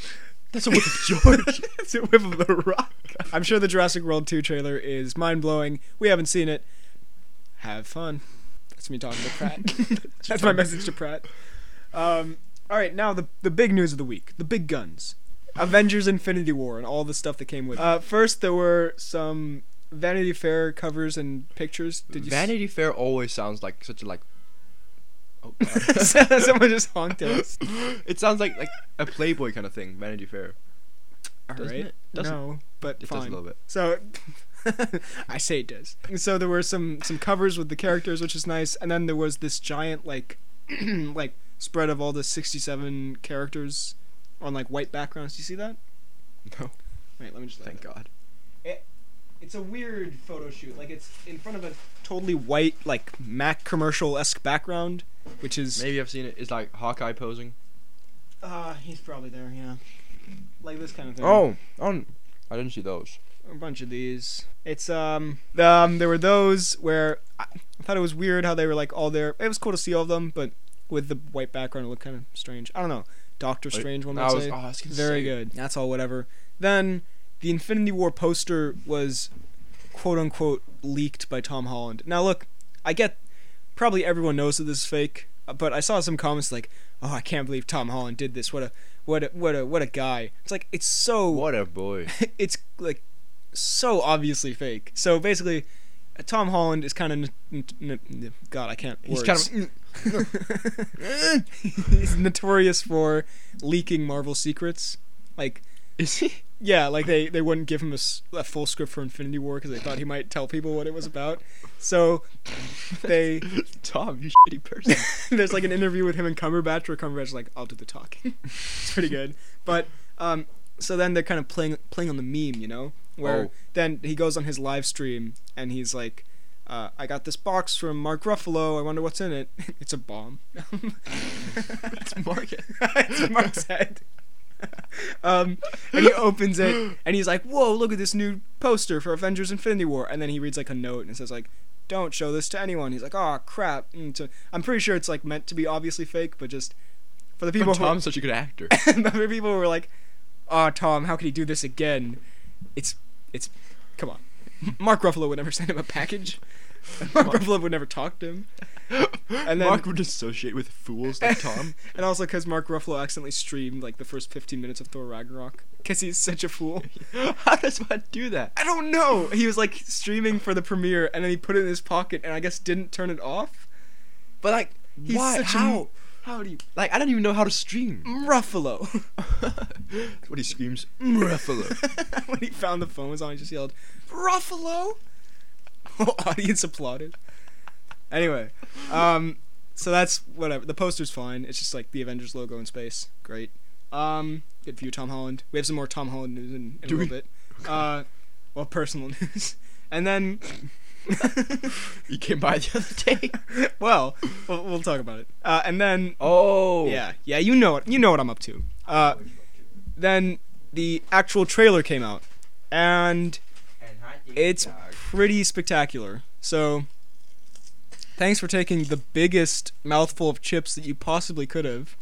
B: that's a whiff of George.
A: It's a whiff of the rock. I'm sure the Jurassic World 2 trailer is mind blowing. We haven't seen it. Have fun. That's me talking to Pratt. That's my message to Pratt. Um, all right, now the the big news of the week, the big guns, Avengers: Infinity War, and all the stuff that came with. it. Uh, first, there were some Vanity Fair covers and pictures. Did you? s-
B: Vanity Fair always sounds like such a like. Oh,
A: Someone just honked at us.
B: it sounds like like a Playboy kind of thing. Vanity Fair.
A: All
B: Doesn't
A: right.
B: it? Doesn't-
A: no, but
B: It
A: fine.
B: does a little bit.
A: So I say it does. So there were some some covers with the characters, which is nice, and then there was this giant like like spread of all the sixty seven characters on like white backgrounds. Do you see that?
B: No,
A: Wait, let me just.
B: thank God.
A: It's a weird photo shoot. Like it's in front of a totally white like Mac commercial esque background, which is
B: Maybe I've seen it. It's like Hawkeye posing.
A: uh he's probably there, yeah. Like this kind of thing.
B: Oh, on. um, I didn't see those.
A: a bunch of these. It's um, um there were those where I I thought it was weird how they were like all there. It was cool to see all of them, but with the white background, it looked kind of strange. I don't know. Doctor
B: Wait,
A: Strange, one
B: I
A: might
B: was-
A: say.
B: oh, I was gonna
A: Very
B: say.
A: good. That's all. Whatever. Then the Infinity War poster was quote unquote leaked by Tom Holland. Now look, I get probably everyone knows that this is fake, uh, but I saw some comments like, "Oh, I can't believe Tom Holland did this. What a what a what a what a guy." It's like it's so
B: What a boy.
A: it's like so obviously fake. So basically, uh, Tom Holland is kind of n- n- n- God, I can't.
B: He's
A: Words.
B: kind of.
A: he's notorious for leaking Marvel secrets. Like,
B: Is he?
A: yeah, like they they wouldn't give him a, s- a full script for Infinity War because they thought he might tell people what it was about. So they
B: Tom, you shitty person.
A: there's like an interview with him and Cumberbatch where Cumberbatch is like, I'll do the talking. it's pretty good. But um, so then they're kind of playing playing on the meme, you know, where
B: Oh.
A: then he goes on his live stream and he's like, uh, I got this box from Mark Ruffalo. I wonder what's in it. it's a bomb.
B: it's Morgan.
A: it's Mark's head. um, and he opens it and he's like, "Whoa, look at this new poster for Avengers: Infinity War." And then he reads like a note and it says like, "Don't show this to anyone." He's like, "Oh crap!" And so I'm pretty sure it's like meant to be obviously fake, but just for the people
B: But
A: who
B: Tom's such a good actor.
A: the other people were like, "Oh, Tom, how could he do this again?" It's it's come on. Mark Ruffalo would never send him a package. Mark Ruffalo would never talk to him.
B: and
A: then-
B: Mark would associate with fools like Tom.
A: And also because Mark Ruffalo accidentally streamed like the first 15 minutes of Thor Ragnarok because he's such a fool.
B: How does one do that?
A: I don't know. He was like streaming for the premiere and then he put it in his pocket and I guess didn't turn it off.
B: But like,
A: He's
B: why?
A: such a-
B: how?
A: How do you
B: Like, I don't even know how to stream.
A: Ruffalo?
B: That's what he screams, "Mm, Ruffalo.
A: when he found the phone was on, he just yelled, "Ruffalo!" Whole audience applauded. Anyway, um, so that's whatever. The poster's fine. It's just like the Avengers logo in space. Great. Um, good for you, Tom Holland. We have some more Tom Holland news in, in a
B: Do
A: little
B: we?
A: bit. Uh, well, personal news, and then
B: You came by the other day.
A: well, we'll, we'll talk about it. Uh, and then
B: Oh.
A: yeah, yeah, you know it. You know what I'm up to. Uh, then the actual trailer came out, and it's pretty spectacular. So, thanks for taking the biggest mouthful of chips that you possibly could have.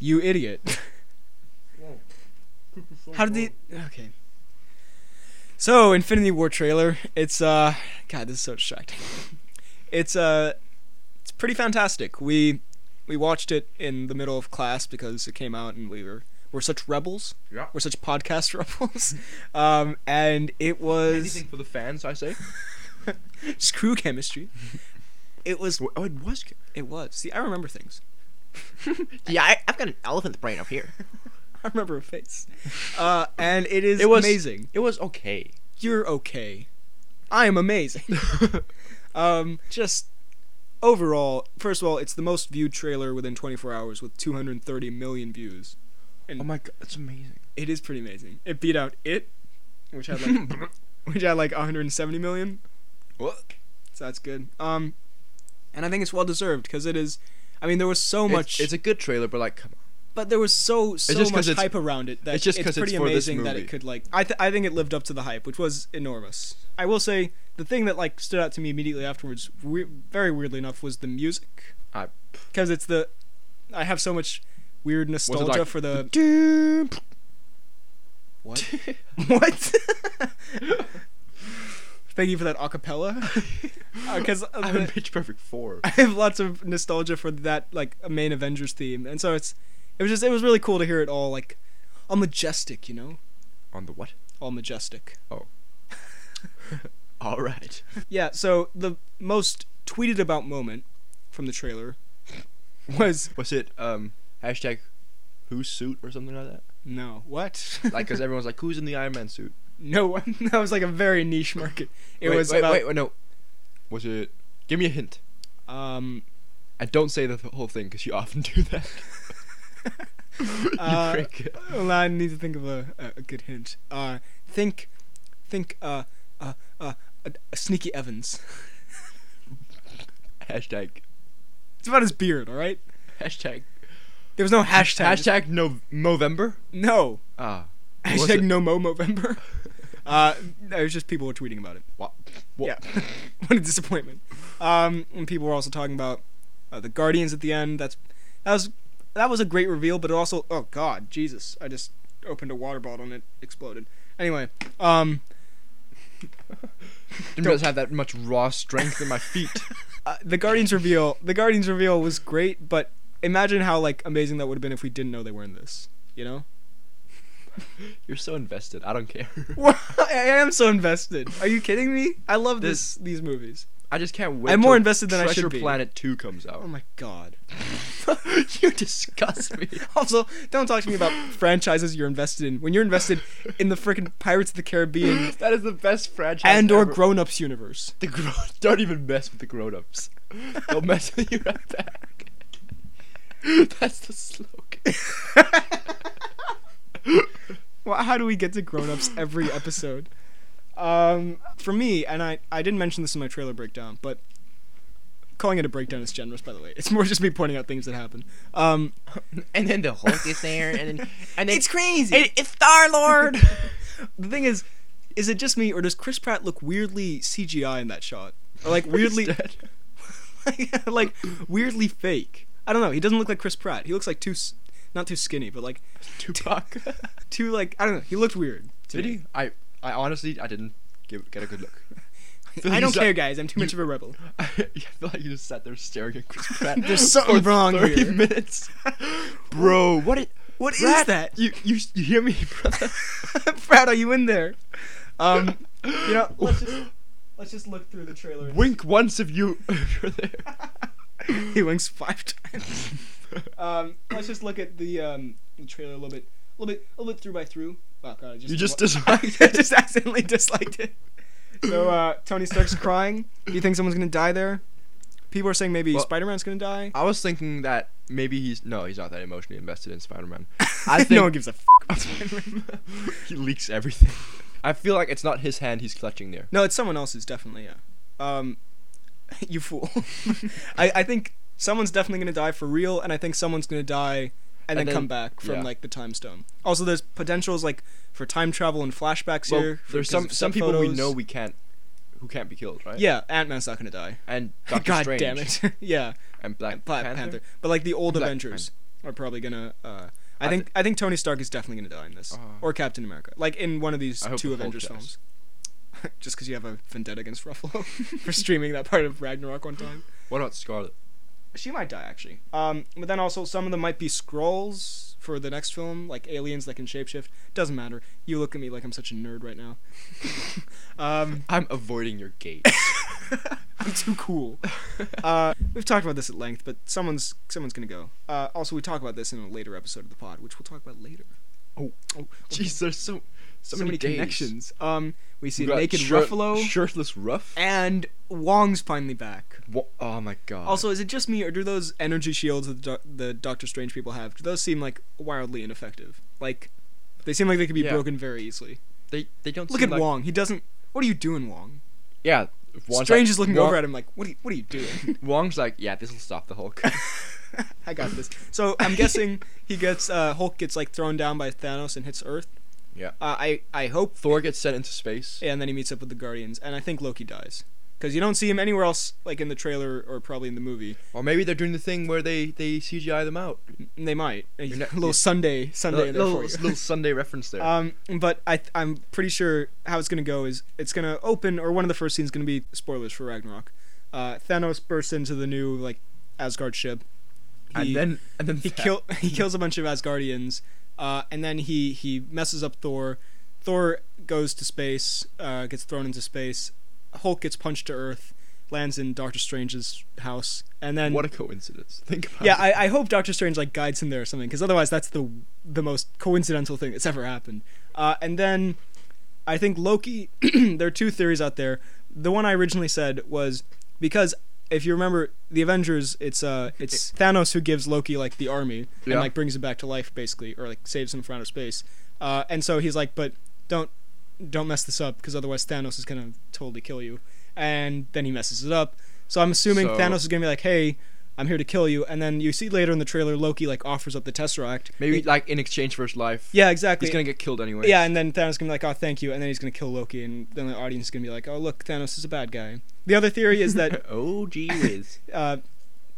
A: You idiot. How did they? Okay. So, Infinity War trailer. It's uh, God, this is so distracting. It's uh, it's pretty fantastic. We we watched it in the middle of class because it came out and we were we're such rebels.
B: Yeah.
A: We're such podcast rebels. um, and it was
B: Anything for the fans, I say.
A: screw chemistry. It was.
B: Oh, it was. ca-
A: It was. See, I remember things.
C: Yeah, I, I've got an elephant brain up here.
A: I remember a face. Uh, and it is
B: It was-
A: amazing.
B: It was okay.
A: You're okay. I am amazing. um, just overall, first of all, it's the most viewed trailer within 24 hours with 230 million views.
B: Oh my god, it's amazing.
A: It is pretty amazing. It beat out it, which had like which had like 170 million.
B: What?
A: So that's good. Um, and I think it's well deserved because it is. I mean, there was so
B: It's-
A: much.
B: It's, a good trailer, but like, come on.
A: But there was so so
B: just 'cause
A: much
B: it's-
A: hype around it that
B: it's
A: it's,
B: just 'cause
A: pretty
B: it's for this
A: amazing that
B: movie.
A: it could like I th- I think it lived up to the hype, which was enormous. I will say the thing that like stood out to me immediately afterwards, we- very weirdly enough, was the music
B: I
A: because it's the I have so much weird nostalgia
B: like
A: for the what what. Thank you for that Uh, acapella, because
B: I'm in Pitch Perfect Four.
A: I have lots of nostalgia for that like main Avengers theme, and so it's it was just it was really cool to hear it all like all majestic, you know,
B: On the what?
A: all majestic.
B: All right.
A: Yeah. So the most tweeted about moment from the trailer was
B: Was it um hashtag whose suit or something like that?
A: no what
B: Like, because everyone's like, who's in the Iron Man suit?
A: no one that was like a very niche market. It
B: Wait,
A: was
B: wait,
A: about
B: wait, wait, no. Was it? Give me a hint.
A: um
B: And don't say the th- whole thing because you often do that. you
A: Uh,
B: prick.
A: well, I need to think of a, a, a good hint. Uh, think think uh uh uh a, a sneaky Evans.
B: Hashtag.
A: It's about his beard. All right.
B: Hashtag.
A: There was no hashtag.
B: Hashtag no November.
A: No.
B: Ah. What was
A: Hashtag
B: it?
A: no mo November. Uh, no, it was just people were tweeting about it.
B: What? What?
A: Yeah. what a disappointment. Um, and people were also talking about uh, the Guardians at the end. That's that was that was a great reveal, but it also oh god, Jesus! I just opened a water bottle and it exploded. Anyway, um,
B: Didn't realize I have that much raw strength in my feet.
A: uh, the Guardians reveal the Guardians reveal was great, but imagine how like amazing that would have been if we didn't know they were in this. You know,
B: You're so invested. I don't care.
A: I am so invested. Are you kidding me? I love this these movies.
B: I just can't wait.
A: I'm more
B: till
A: invested than I
B: Treasure
A: should be.
B: Planet Two comes
A: Oh
B: out.
A: my god.
B: you disgust me.
A: Also, don't talk to me about franchises you're invested in. When you're invested in the freaking Pirates of the Caribbean
B: that is the best franchise.
A: and or
B: ever.
A: Grown Ups universe.
B: the grown. Don't even mess with the grown-ups. They'll mess with you right back. That's the slogan.
A: Well, how do we get to Grown Ups every episode? Um, for me, and I, I didn't mention this in my trailer breakdown, but calling it a breakdown is generous, by the way. It's more just me pointing out things that happen. Um,
C: And then the Hulk is there, and then and then
A: crazy.
C: and it's Star Lord.
A: the thing is, is it just me or does Chris Pratt look weirdly CGI in that shot? Or like weirdly.
B: Instead.
A: like weirdly fake. I don't know. He doesn't look like Chris Pratt. He looks like too, s- not too skinny, but like
B: Tupac.
A: too like I don't know. He looked weird. to
B: Did
A: me.
B: he? I, I honestly, I didn't give, get a good look. feel
A: I
B: like
A: don't
B: he's
A: care,
B: like-
A: guys. I'm too much of a rebel.
B: I feel like you just sat there staring at Chris Pratt.
A: There's something
B: for
A: wrong
B: 30
A: here.
B: minutes, bro. What it?
A: What is
B: Pratt,
A: that?
B: You, you, you hear me, brother?
A: Pratt, are you in there? Um, you know, let's just let's just look through the trailer.
B: Wink once if you if you're there.
A: he winks five times. Um, let's just look at the um the trailer a little bit, a little bit, a little bit through by through. Oh god, I just
B: You just
A: I
B: disliked it.
A: just accidentally disliked it. So uh, Tony Stark's crying. Do you think someone's gonna die there? People are saying maybe
B: Well-
A: Spider Man's gonna die.
B: I was thinking that maybe he's no, he's not that emotionally invested in Spider-Man.
A: I
B: I
A: think no one
B: think
A: gives a f-
B: he leaks everything. I feel like it's not his hand he's clutching there.
A: No, it's someone else's definitely. Yeah. Um, you fool. I I think someone's definitely gonna die for real, and I think someone's gonna die. And,
B: And
A: then,
B: then-
A: come back from
B: yeah.
A: like the time stone. Also, there's potentials like for time travel and flashbacks
B: Well,
A: here. for-
B: there's
A: 'cause
B: some
A: of
B: some
A: set
B: people we
A: photos.
B: know we can't, who can't be killed, right?
A: Yeah, Ant Man's not gonna die.
B: And Doctor
A: God
B: Strange.
A: damn it. yeah,
B: And Black,
A: Black Panther.
B: Panther.
A: But like the old
B: Black
A: Avengers are probably gonna. Uh, I,
B: I
A: think I think Tony Stark is definitely gonna die in this,
B: Oh.
A: or Captain America, like in one of these
B: I hope
A: two
B: the Hulk
A: Avengers
B: dies.
A: films. Just because you have a vendetta against Ruffalo for streaming that part of Ragnarok one time,
B: What about Scarlet?
A: she might die actually. Um, but then also some of them might be scrolls for the next film, like aliens that can shapeshift. Doesn't matter. You look at me like I'm such a nerd right now. um,
B: I'm avoiding your gate.
A: I'm too cool. Uh, we've talked about this at length, but someone's someone's gonna go. Uh, also, we talk about this in a later episode of the pod, which we'll talk about later.
B: Oh.
A: oh,
B: Jeez, there's so so,
A: so many,
B: days.
A: connections. Um, we see
B: We got
A: naked
B: shirt-
A: Ruffalo
B: shirtless Ruff.
A: and Wong's finally back.
B: Wha- oh my god.
A: Also, is it just me or do those energy shields that the, Doc- the Doctor Strange people have? Do those seem like wildly ineffective? Like, they seem like they could be
B: Yeah.
A: broken very easily.
B: they they don't
A: Look
B: seem
A: at
B: like-
A: Wong. He doesn't. What are you doing, Wong?
B: Yeah, Wong's
A: Strange
B: like-
A: is looking
B: Wong-
A: over at him like, what are you, what are you doing?
B: Wong's like, yeah, this will stop the Hulk.
A: I got this. So I'm guessing he gets uh, Hulk gets like thrown down by Thanos and hits Earth.
B: Yeah.
A: Uh, I I hope,
B: Thor gets sent into space.
A: and then he meets up with the Guardians, and I think Loki dies because you don't see him anywhere else, like in the trailer or probably in the movie.
B: Or maybe they're doing the thing where they they CGI them out.
A: And they might a
B: You're not-
A: little
B: you-
A: Sunday Sunday in there
B: little,
A: for you.
B: little Sunday reference there.
A: Um, but I th- I'm pretty sure how it's gonna go is it's gonna open or one of the first scenes gonna be spoilers for Ragnarok. Uh, Thanos bursts into the new like Asgard ship. He-
B: and then and then
A: he
B: Tha-
A: kill he kills a bunch of Asgardians, uh, and then he he messes up Thor. Thor goes to space, uh, gets thrown into space. Hulk gets punched to Earth, lands in Doctor Strange's house, and then
B: What a coincidence. Think about
A: yeah,
B: it.
A: I, I hope Doctor Strange like guides him there or something, because otherwise that's the the most coincidental thing that's ever happened. Uh, and then I think Loki. there are two theories out there. The one I originally said was because if you remember the Avengers, it's uh it's Thanos who gives Loki like the army and
B: Yeah.
A: like brings him back to life basically, or like saves him from outer space. Uh, and so he's like, but don't don't mess this up because otherwise Thanos is gonna totally kill you. And then he messes it up. So I'm assuming
B: So-
A: Thanos is gonna be like, hey. I'm here to kill you, and then you see later in the trailer Loki like offers up the Tesseract.
B: Maybe like in exchange for his life.
A: yeah, exactly.
B: He's gonna get killed anyway.
A: Yeah, and then Thanos gonna be like, "Oh, thank you," and then he's gonna kill Loki, and then the audience is gonna be like, "Oh, look, Thanos is a bad guy." The other theory is that
B: oh gee whiz.
A: uh,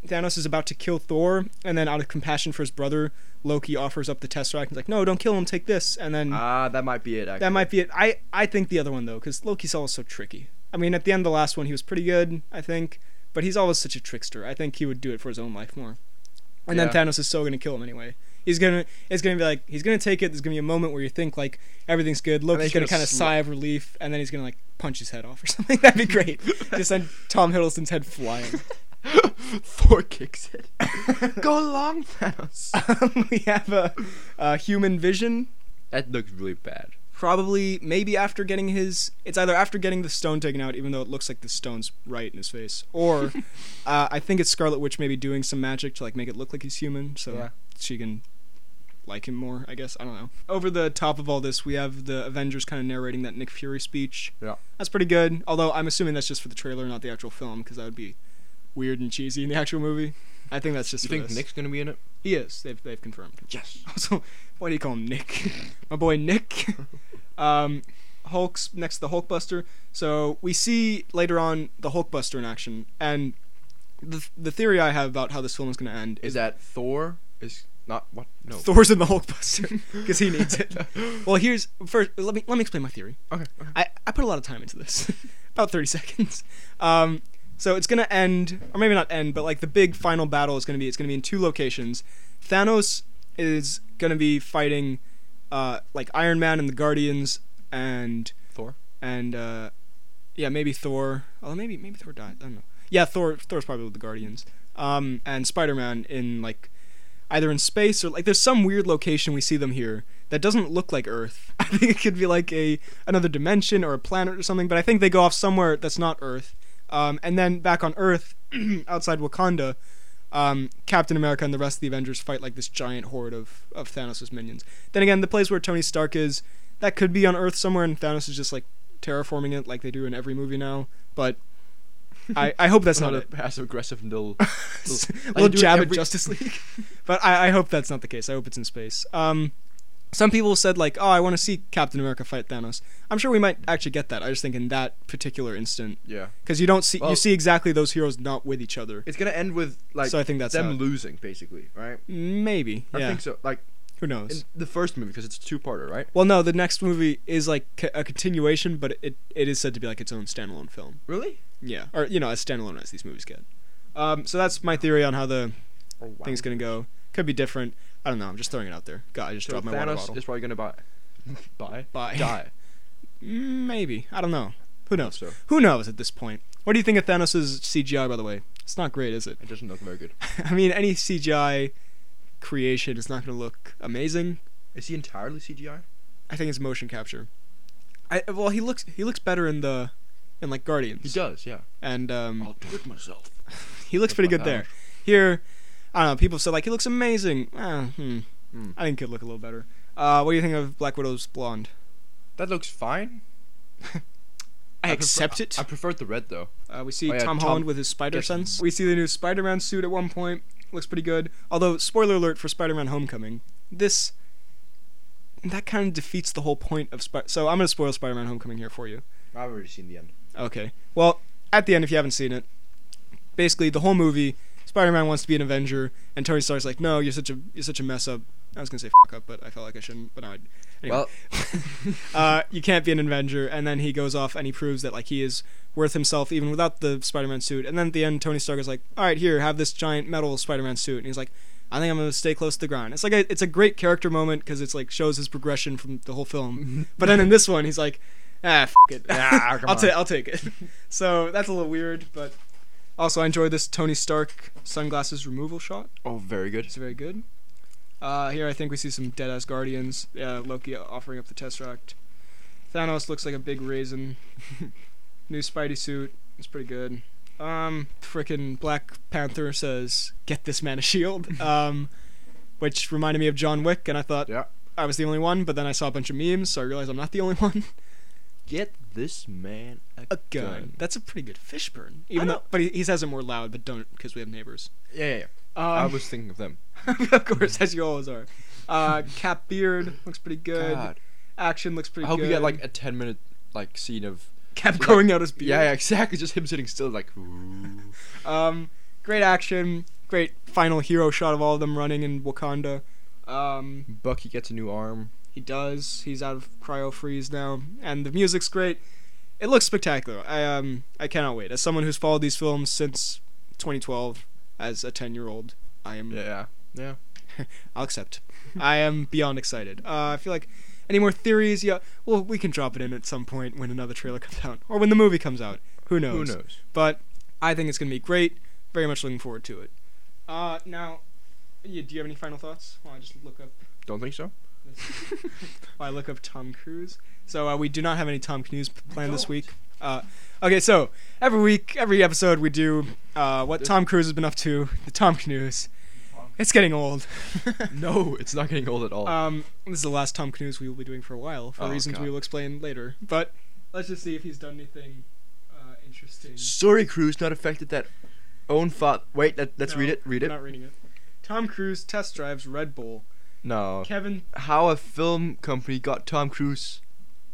A: Thanos is about to kill Thor, and then out of compassion for his brother, Loki offers up the Tesseract. He's like, "No, don't kill him. Take this," and then
B: ah, that might be it. Actually.
A: that might be it. I I think the other one though, because Loki's always so tricky. I mean, at the end of the last one, he was pretty good, I think, but he's always such a trickster. I think he would do it for his own life more. And
B: Yeah.
A: then Thanos is so gonna kill him anyway. He's gonna it's gonna be like he's gonna take it. There's gonna be a moment where you think like everything's good. Loki's
B: he's
A: gonna,
B: gonna
A: kind of
B: sl-
A: sigh of relief, and then he's gonna like punch his head off or something. That'd be great. Just send Tom Hiddleston's head flying.
B: Thor kicks it. Go along, Thanos.
A: um, we have a, a human vision
B: that looks really bad.
A: probably maybe after getting his it's either after getting the stone taken out even though it looks like the stone's right in his face or uh, i think it's scarlet witch maybe doing some magic to like make it look like he's human so
B: Yeah.
A: she can like him more i guess i don't know over the top of all this we have the avengers kind of narrating that nick fury speech
B: Yeah.
A: that's pretty good although i'm assuming that's just for the trailer not the actual film because that would be weird and cheesy in the actual movie i think that's just
B: You
A: for
B: think
A: this.
B: Nick's gonna be in it?
A: he is they've, they've confirmed
B: Yes.
A: also, why do you call him Nick? My boy Nick. um, Hulk's next to the Hulkbuster. So we see later on the Hulkbuster in action, and the the theory I have about how this film is going to end
B: Is that Thor? Is not what? No.
A: Thor's in the Hulkbuster because he needs it. well, here's first. Let me let me explain my theory.
B: Okay. okay.
A: I, I put a lot of time into this, about 30 seconds. Um, so it's gonna end, or maybe not end, but like the big final battle is gonna be it's gonna be in two locations. Thanos is gonna be fighting, uh, like Iron Man and the Guardians, and
B: Thor.
A: and uh, yeah, maybe Thor. Oh, maybe maybe Thor died. I don't know. Yeah, Thor. Thor's probably with the Guardians. Um, and Spider Man in like either in space or like there's some weird location we see them here that doesn't look like Earth. I think it could be like a another dimension or a planet or something. But I think they go off somewhere that's not Earth. Um, and then back on Earth, outside Wakanda, um, Captain America and the rest of the Avengers fight like this giant horde of of Thanos' minions. Then again, the place where Tony Stark is, that could be on Earth somewhere, and Thanos is just like terraforming it like they do in every movie now. But I, I hope that's not
B: a
A: it.
B: passive aggressive little.
A: a
B: I
A: little
B: do it
A: jab at
B: every-
A: Justice League. but I, I hope that's not the case. I hope it's in space. Um, some people said like, "Oh, I want to see Captain America fight Thanos." I'm sure we might actually get that. I just think in that particular instant,
B: Yeah.
A: because you don't see you
B: Well-
A: see exactly those heroes not with each other.
B: It's gonna end with like
A: So I think that's
B: them
A: how it-
B: losing basically, right?
A: Maybe,
B: I
A: yeah.
B: think so. Like
A: Who knows?
B: in the first movie because it's a two-parter, right?
A: well, no, the next movie is like c- a continuation, but it it is said to be like its own standalone film.
B: Really?
A: Yeah, or you know, as standalone as these movies get. Um, so that's my theory on how the
B: Oh, wow.
A: thing's gonna go. Could be different. I don't know. I'm just throwing it out there. God, I just
B: So
A: dropped my water
B: Thanos
A: bottle.
B: is probably gonna buy, buy,
A: Buy.
B: die.
A: Mm, Maybe. I don't know. Who knows?
B: So
A: Who knows at this point? What do you think of Thanos' CGI, by the way? It's not great, is it?
B: it doesn't look very good.
A: I mean, any CGI creation is not going to look amazing.
B: Is he entirely CGI?
A: I think it's motion capture. I, well, he looks he looks better in the in like Guardians,
B: He does, yeah.
A: and um,
B: do it myself.
A: he looks
B: That's
A: pretty
B: not
A: good
B: Oh, that
A: there. Here, I don't know. People said like he looks amazing. Ah, hmm.
B: Hmm.
A: I think it could look a little better. Uh, what do you think of Black Widow's blonde?
B: That looks fine.
A: I,
B: prefer-
A: accept it.
B: I preferred the red though.
A: Uh, we see
B: Oh, yeah,
A: Tom
B: Tom
A: Holland with his spider
B: gets-
A: sense. We see the new Spider-Man suit at one point. Looks pretty good. Although, spoiler alert for Spider-Man: Homecoming, this that kind of defeats the whole point of Spider. So I'm gonna spoil Spider-Man: Homecoming here for you.
B: I've already seen the end.
A: Okay. Well, at the end, if you haven't seen it, basically the whole movie, Spider-Man wants to be an Avenger, and Tony Stark's like, "No, you're such a you're such a mess up." I was gonna say "fuck up," but I felt like I shouldn't. But now I Anyway.
B: Well,
A: uh, you can't be an Avenger. And then he goes off and he proves that like he is worth himself even without the Spider-Man suit. And then at the end, Tony Stark is like, "All right, here, have this giant metal Spider-Man suit." And he's like, "I think I'm gonna stay close to the ground." It's like a, it's a great character moment because it's like shows his progression from the whole film. but then in this one, he's like, "Ah, f- it,
B: Ah, come
A: I'll
B: on.
A: take I'll take it." so that's a little weird, but. Also, I enjoy this Tony Stark sunglasses removal shot.
B: oh, very good.
A: It's very good. Uh, here I think we see some dead ass guardians. Yeah, Loki offering up the Tesseract. Thanos looks like a big raisin. New Spidey suit. It's pretty good. Um, frickin' Black Panther says, "Get this man a shield," um, which reminded me of John Wick, and I thought
B: Yeah.
A: I was the only one. But then I saw a bunch of memes, so I realized I'm not the only one.
B: Get this man a,
A: a gun. That's a pretty good fish burn. Even though,
B: don't-
A: but he, he says it more loud, but don't because we have neighbors.
B: Yeah, yeah. yeah.
A: Um,
B: I was thinking of them.
A: of course, as you always are. Uh, Cap Beard looks pretty good.
B: God.
A: Action looks pretty
B: I hope
A: good.
B: we get like a ten-minute like scene of.
A: Cap
B: like-
A: growing out his beard.
B: Yeah, yeah, exactly. Just him sitting still, like. Ooh.
A: Um, great action. Great final hero shot of all of them running in Wakanda. Um,
B: Bucky gets a new arm.
A: he does. He's out of cryo freeze now, and the music's great. It looks spectacular. I um I cannot wait. As someone who's followed these films since 2012, as a 10 year old, I am
B: Yeah, yeah.
A: I'll accept. I am beyond excited. Uh, I feel like any more theories? Yeah. Well, we can drop it in at some point when another trailer comes out or when the movie comes out. Who knows?
B: Who knows?
A: But I think it's going to be great. Very much looking forward to it. Uh, now, you, do you have any final thoughts? While I just look up.
B: Don't think so.
A: This, while I look up Tom Cruise. So uh, we do not have any Tom Cruise p- planned this week. Uh, okay, so every week, every episode, we do uh, what Tom Cruise has been up to. The Tom Cruise. It's getting old.
B: no, it's not getting old at all.
A: Um, this is the last Tom Cruise we will be doing for a while, for
B: Oh,
A: reasons
B: God.
A: we will explain later. But let's just see if he's done anything uh, interesting.
B: Sorry, Cruz, not affected that own thought. Wait, let, let's
A: No,
B: read it. Read
A: I'm
B: it.
A: Not reading it. Tom Cruise test drives Red Bull.
B: No.
A: Kevin,
B: How a film company got Tom Cruise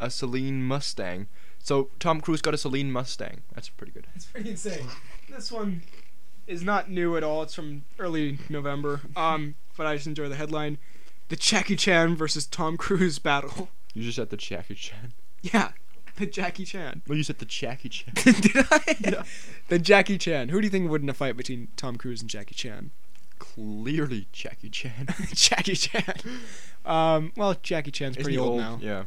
B: a Celine Mustang. So Tom Cruise got a Celine Mustang. That's pretty good.
A: it's pretty insane. This one is not new at all. It's from early November. Um, but I just enjoy the headline: the Jackie Chan versus Tom Cruise battle.
B: You just said the Jackie Chan.
A: Yeah, the Jackie Chan.
B: Well, you said the Jackie Chan.
A: Did I? The Jackie Chan. Who do you think would in a fight between Tom Cruise and Jackie Chan?
B: Clearly Jackie Chan.
A: Jackie Chan. Um, well, Jackie Chan's
B: Isn't
A: pretty
B: he
A: old, now.
B: Yeah.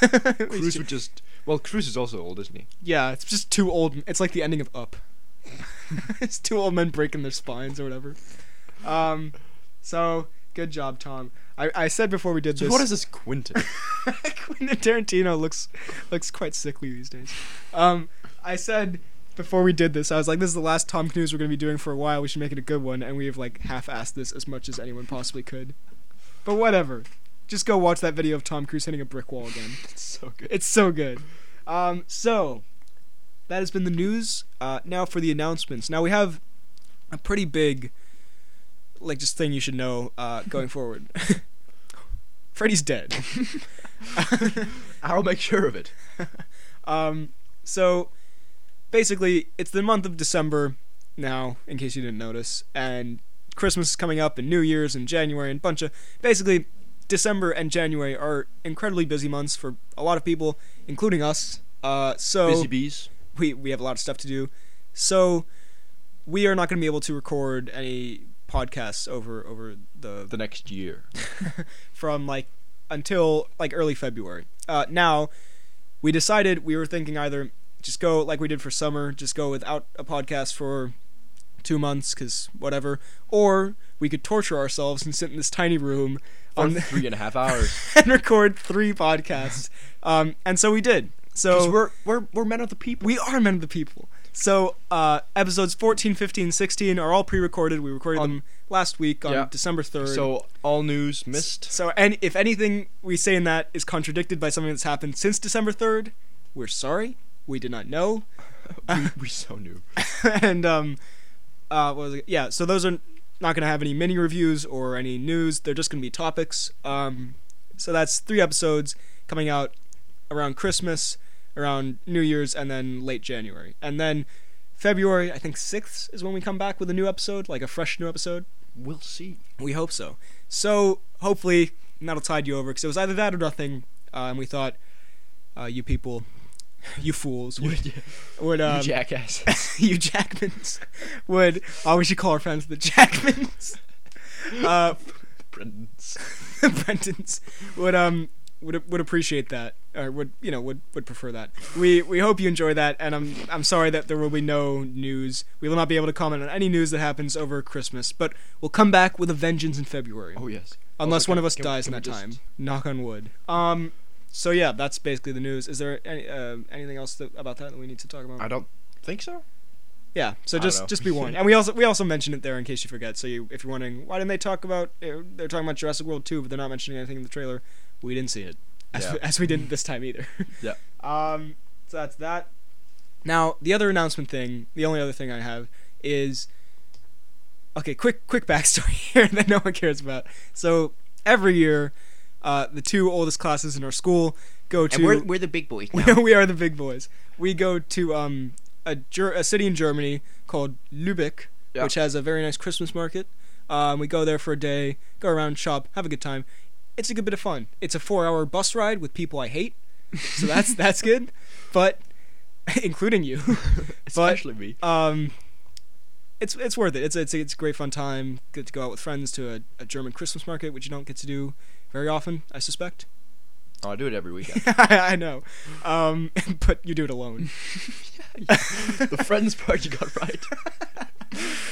A: He's
B: Cruise
A: ju-
B: would just. Well, Cruise is also old, isn't he?
A: yeah, it's just two old. It's like the ending of Up. it's two old men breaking their spines or whatever. Um, so good job, Tom. I, I said before we did
B: So
A: this.
B: what is this Quentin?
A: Quentin Tarantino looks looks quite sickly these days. Um, I said before we did this, I was like, "This is the last Tom Cruise we're gonna be doing for a while. We should make it a good one." And we have like half-assed this as much as anyone possibly could. But whatever. Just go watch that video of Tom Cruise hitting a brick wall again.
B: It's so good.
A: It's so good. Um, so that has been the news. Uh, now for the announcements. Now we have a pretty big, like, just thing you should know uh, going forward. Freddy's dead.
B: I'll make sure of it.
A: um, so basically, it's the month of December now, in case you didn't notice, and Christmas is coming up, and New Year's, and January, and bunch of basically December and January are incredibly busy months for a lot of people, including us. Uh, so
B: Busy bees.
A: we we have a lot of stuff to do. So we are not going to be able to record any podcasts over over the,
B: The next year.
A: from like until like early February. Uh, now we decided we were thinking either just go like we did for summer, just go without a podcast for two months because whatever, or we could torture ourselves and sit in this tiny room
B: For
A: on the-
B: three and a half hours.
A: and record three podcasts. Um, and so we did. So
B: Because we're we're we're men of the people.
A: we are men of the people. So, uh, episodes 14, 15, 16 are all pre recorded. We recorded
B: On-
A: them last week on
B: Yeah.
A: December 3rd.
B: so all news missed.
A: so and if anything we say in that is contradicted by something that's happened since December 3rd, we're sorry. We did not know.
B: we, we so knew.
A: and, um, uh, what was it? Yeah, so those are not going to have any mini reviews or any news. They're just going to be topics. Um, so that's three episodes coming out around Christmas, around New Year's, and then late January. And then February, I think 6th is when we come back with a new episode, like a fresh new episode.
B: We'll see.
A: We hope so. So hopefully that'll tide you over because it was either that or nothing, uh, and we thought uh, you people, you fools,
B: You,
A: would would um,
B: jackass.
A: you Jackmans would. Oh, we should call our friends the Jackmans. Uh,
B: Brendan's.
A: the Brentons would um would would appreciate that or would you know would would prefer that. We we hope you enjoy that, and I'm I'm sorry that there will be no news. We will not be able to comment on any news that happens over Christmas, but we'll come back with a vengeance in February,
B: Oh yes.
A: unless
B: Also,
A: one
B: can-
A: of us
B: can we-
A: dies in
B: can
A: that
B: we just-
A: time. Knock on wood. Um. So yeah, that's basically the news. Is there any, uh, anything else that, about that that we need to talk about?
B: I don't think so.
A: Yeah, so
B: I don't
A: just
B: know.
A: just be warned. And we also we also mentioned it there in case you forget. So you if you're wondering why didn't they talk about eh, they're talking about Jurassic World 2 but they're not mentioning anything in the trailer, we didn't see it. As,
B: Yeah.
A: we, as we didn't this time either.
B: Yeah.
A: Um so that's that. Now, the other announcement thing, the only other thing I have is okay, quick quick backstory here that no one cares about. So every year uh, the two oldest classes in our school go to
C: And we're, we're the big boys
A: we,
C: now.
A: we are the big boys. We go to um a, ger- a city in Germany called Lübeck,
B: Yeah.
A: which has a very nice Christmas market. Um, we go there for a day, go around, shop, have a good time. It's a good bit of fun. It's a four-hour bus ride with people I hate, so that's that's good. But including you, but
B: Especially me.
A: um, it's it's worth it. It's it's it's a great fun time. Good to go out with friends to a, a German Christmas market, which you don't get to do very often, I suspect.
B: Oh, I do it every weekend.
A: I, I know. Um, but you do it alone.
B: the friends part you got right.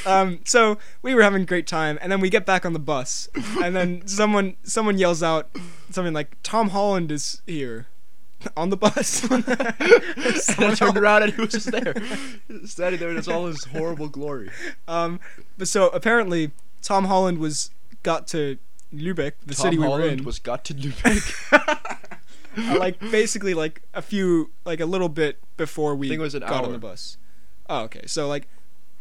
A: Um, so we were having a great time, and then we get back on the bus, and then someone someone yells out something like, "Tom Holland is here." On the bus,
B: Someone turned around and he was just there, standing there in it's all his horrible glory.
A: Um, but so apparently, Tom Holland was got to Lübeck, the city we were
B: Holland
A: in,
B: was got to Lubeck.
A: uh, like basically like a few, like a little bit before we
B: think it was an
A: got on
B: hour.
A: the bus. Oh, okay. So like,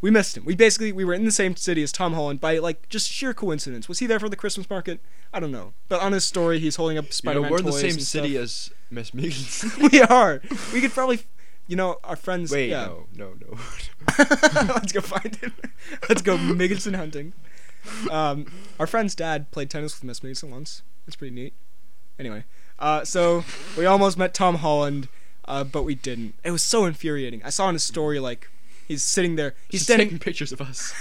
A: we missed him. We basically we were in the same city as Tom Holland by like just sheer coincidence. Was he there for the Christmas market? I don't know. But on his story, he's holding up
B: you know,
A: Spider-Man
B: we're in the
A: toys
B: same
A: and
B: city
A: stuff.
B: as Miss Meagles.
A: we are. We could probably, you know, our friends.
B: Wait,
A: yeah.
B: no, no, no.
A: Let's go find him. Let's go Migginson hunting. Um, our friend's dad played tennis with Miss Migginson once. It's pretty neat. Anyway, uh, so we almost met Tom Holland, uh, but we didn't. It was so infuriating. I saw in his story like he's sitting there. He's
B: Just
A: standing.
B: taking pictures of us.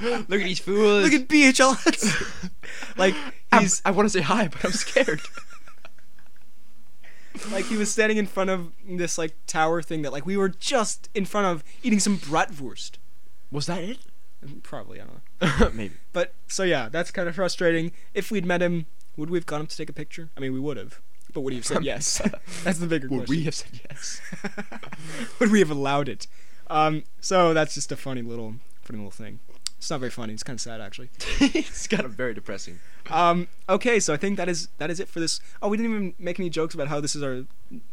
B: Look at these fools.
A: Look at BHLs. like
B: I'm-
A: he's
B: I want to say hi, but I'm scared.
A: like he was standing in front of this like tower thing that like we were just in front of eating some bratwurst.
B: was that it?
A: Probably I don't know.
B: Maybe.
A: But so yeah, that's kind of frustrating. If we'd met him, would we have got him to take a picture? I mean, we would have. But would he have said yes? that's the bigger
B: Would
A: question.
B: we have said yes?
A: would we have allowed it? Um, so that's just a funny little, funny little thing. It's not very funny. It's kind of sad, actually.
B: it's kind of very depressing.
A: Um, okay, so I think that is that is it for this. Oh, we didn't even make any jokes about how this is our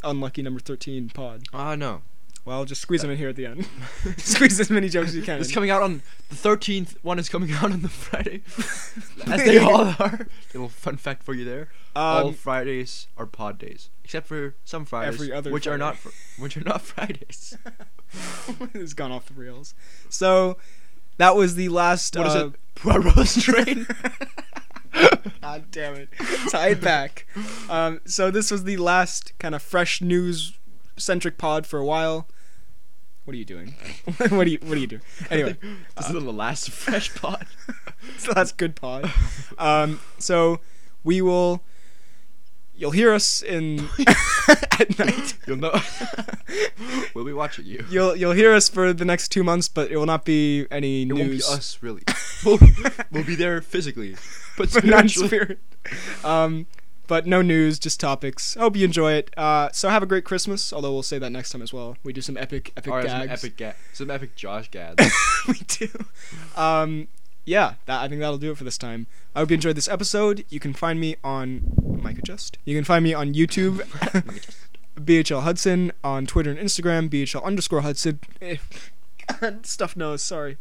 A: unlucky number thirteen pod.
B: Ah, no.
A: Well, just squeeze them in here at the end. squeeze as many jokes as you can.
B: It's coming out on the 13th. One is coming out on the Friday. As they all are. Little fun fact for you there. all
A: Um,
B: Fridays are pod days, except for some Fridays,
A: Every other
B: which are
A: Friday.
B: not fr- which are not Fridays.
A: it's gone off the rails. So that was the last.
B: What is
A: uh,
B: it? Poirot's train.
A: God damn it. Tie it back. Um, so this was the last kind of fresh news centric pod for a while. What are you doing? what are you What are you doing? Anyway,
B: this is the last fresh pod.
A: it's the last good pod. Um, so we will. You'll hear us in at night.
B: You'll know. we'll be watching you.
A: You'll you'll hear us for the next two months, but it will not be any
B: It
A: news.
B: won't be us, really. We'll, we'll be there physically, but
A: but not
B: spiritually.
A: spirit. Um, but no news, just topics. I hope you enjoy it. Uh, so have a great Christmas. Although we'll say that next time as well. We do some epic, epic
B: Alright, some
A: gags.
B: epic ga- some epic Josh gads.
A: we do. Um, yeah, that, I think that'll do it for this time. I hope you enjoyed this episode. You can find me on Micah Just. You can find me on YouTube, BHL Hudson, on Twitter and Instagram, BHL underscore Hudson. Eh, God, Stuff knows. Sorry.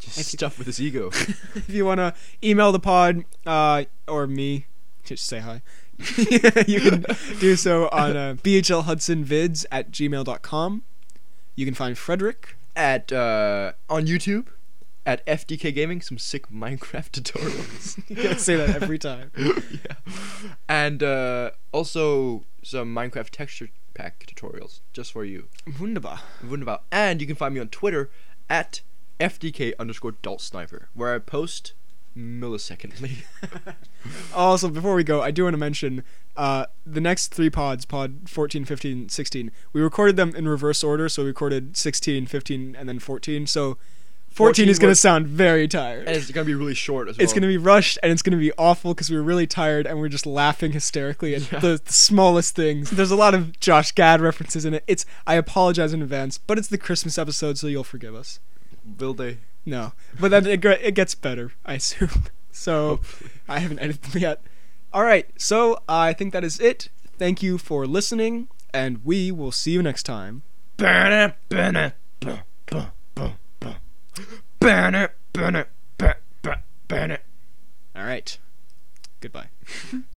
B: Just stuff with his ego.
A: if you want to email the pod uh, or me, just say hi. you can do so on uh, bhlhudsonvids at gmail.com. You can find Frederick.
B: At uh, on YouTube, at FDK Gaming, some sick Minecraft tutorials.
A: You gotta say that every time.
B: yeah. And uh, also some Minecraft texture pack tutorials just for you.
A: Wunderbar.
B: Wunderbar. And you can find me on Twitter at FDK underscore Dalt Sniper, where I post millisecondly.
A: Also, before we go, I do want to mention uh, the next three pods, pod 14, 15, 16, we recorded them in reverse order, so we recorded 16, 15, and then 14. So 14, is going
B: 14
A: to
B: was-
A: sound very tired.
B: and it's gonna be really short as well.
A: It's going to be rushed and it's going to be awful because we were really tired and we are just laughing hysterically at
B: Yeah.
A: the, the smallest things. There's a lot of Josh Gad references in it. It's I apologize in advance, but it's the Christmas episode, so you'll forgive us.
B: Will they?
A: No, but then it, gre- it gets better, I assume. So I haven't edited them yet. All right, so I think that is it. Thank you for listening, and we will see you next time. All right, goodbye.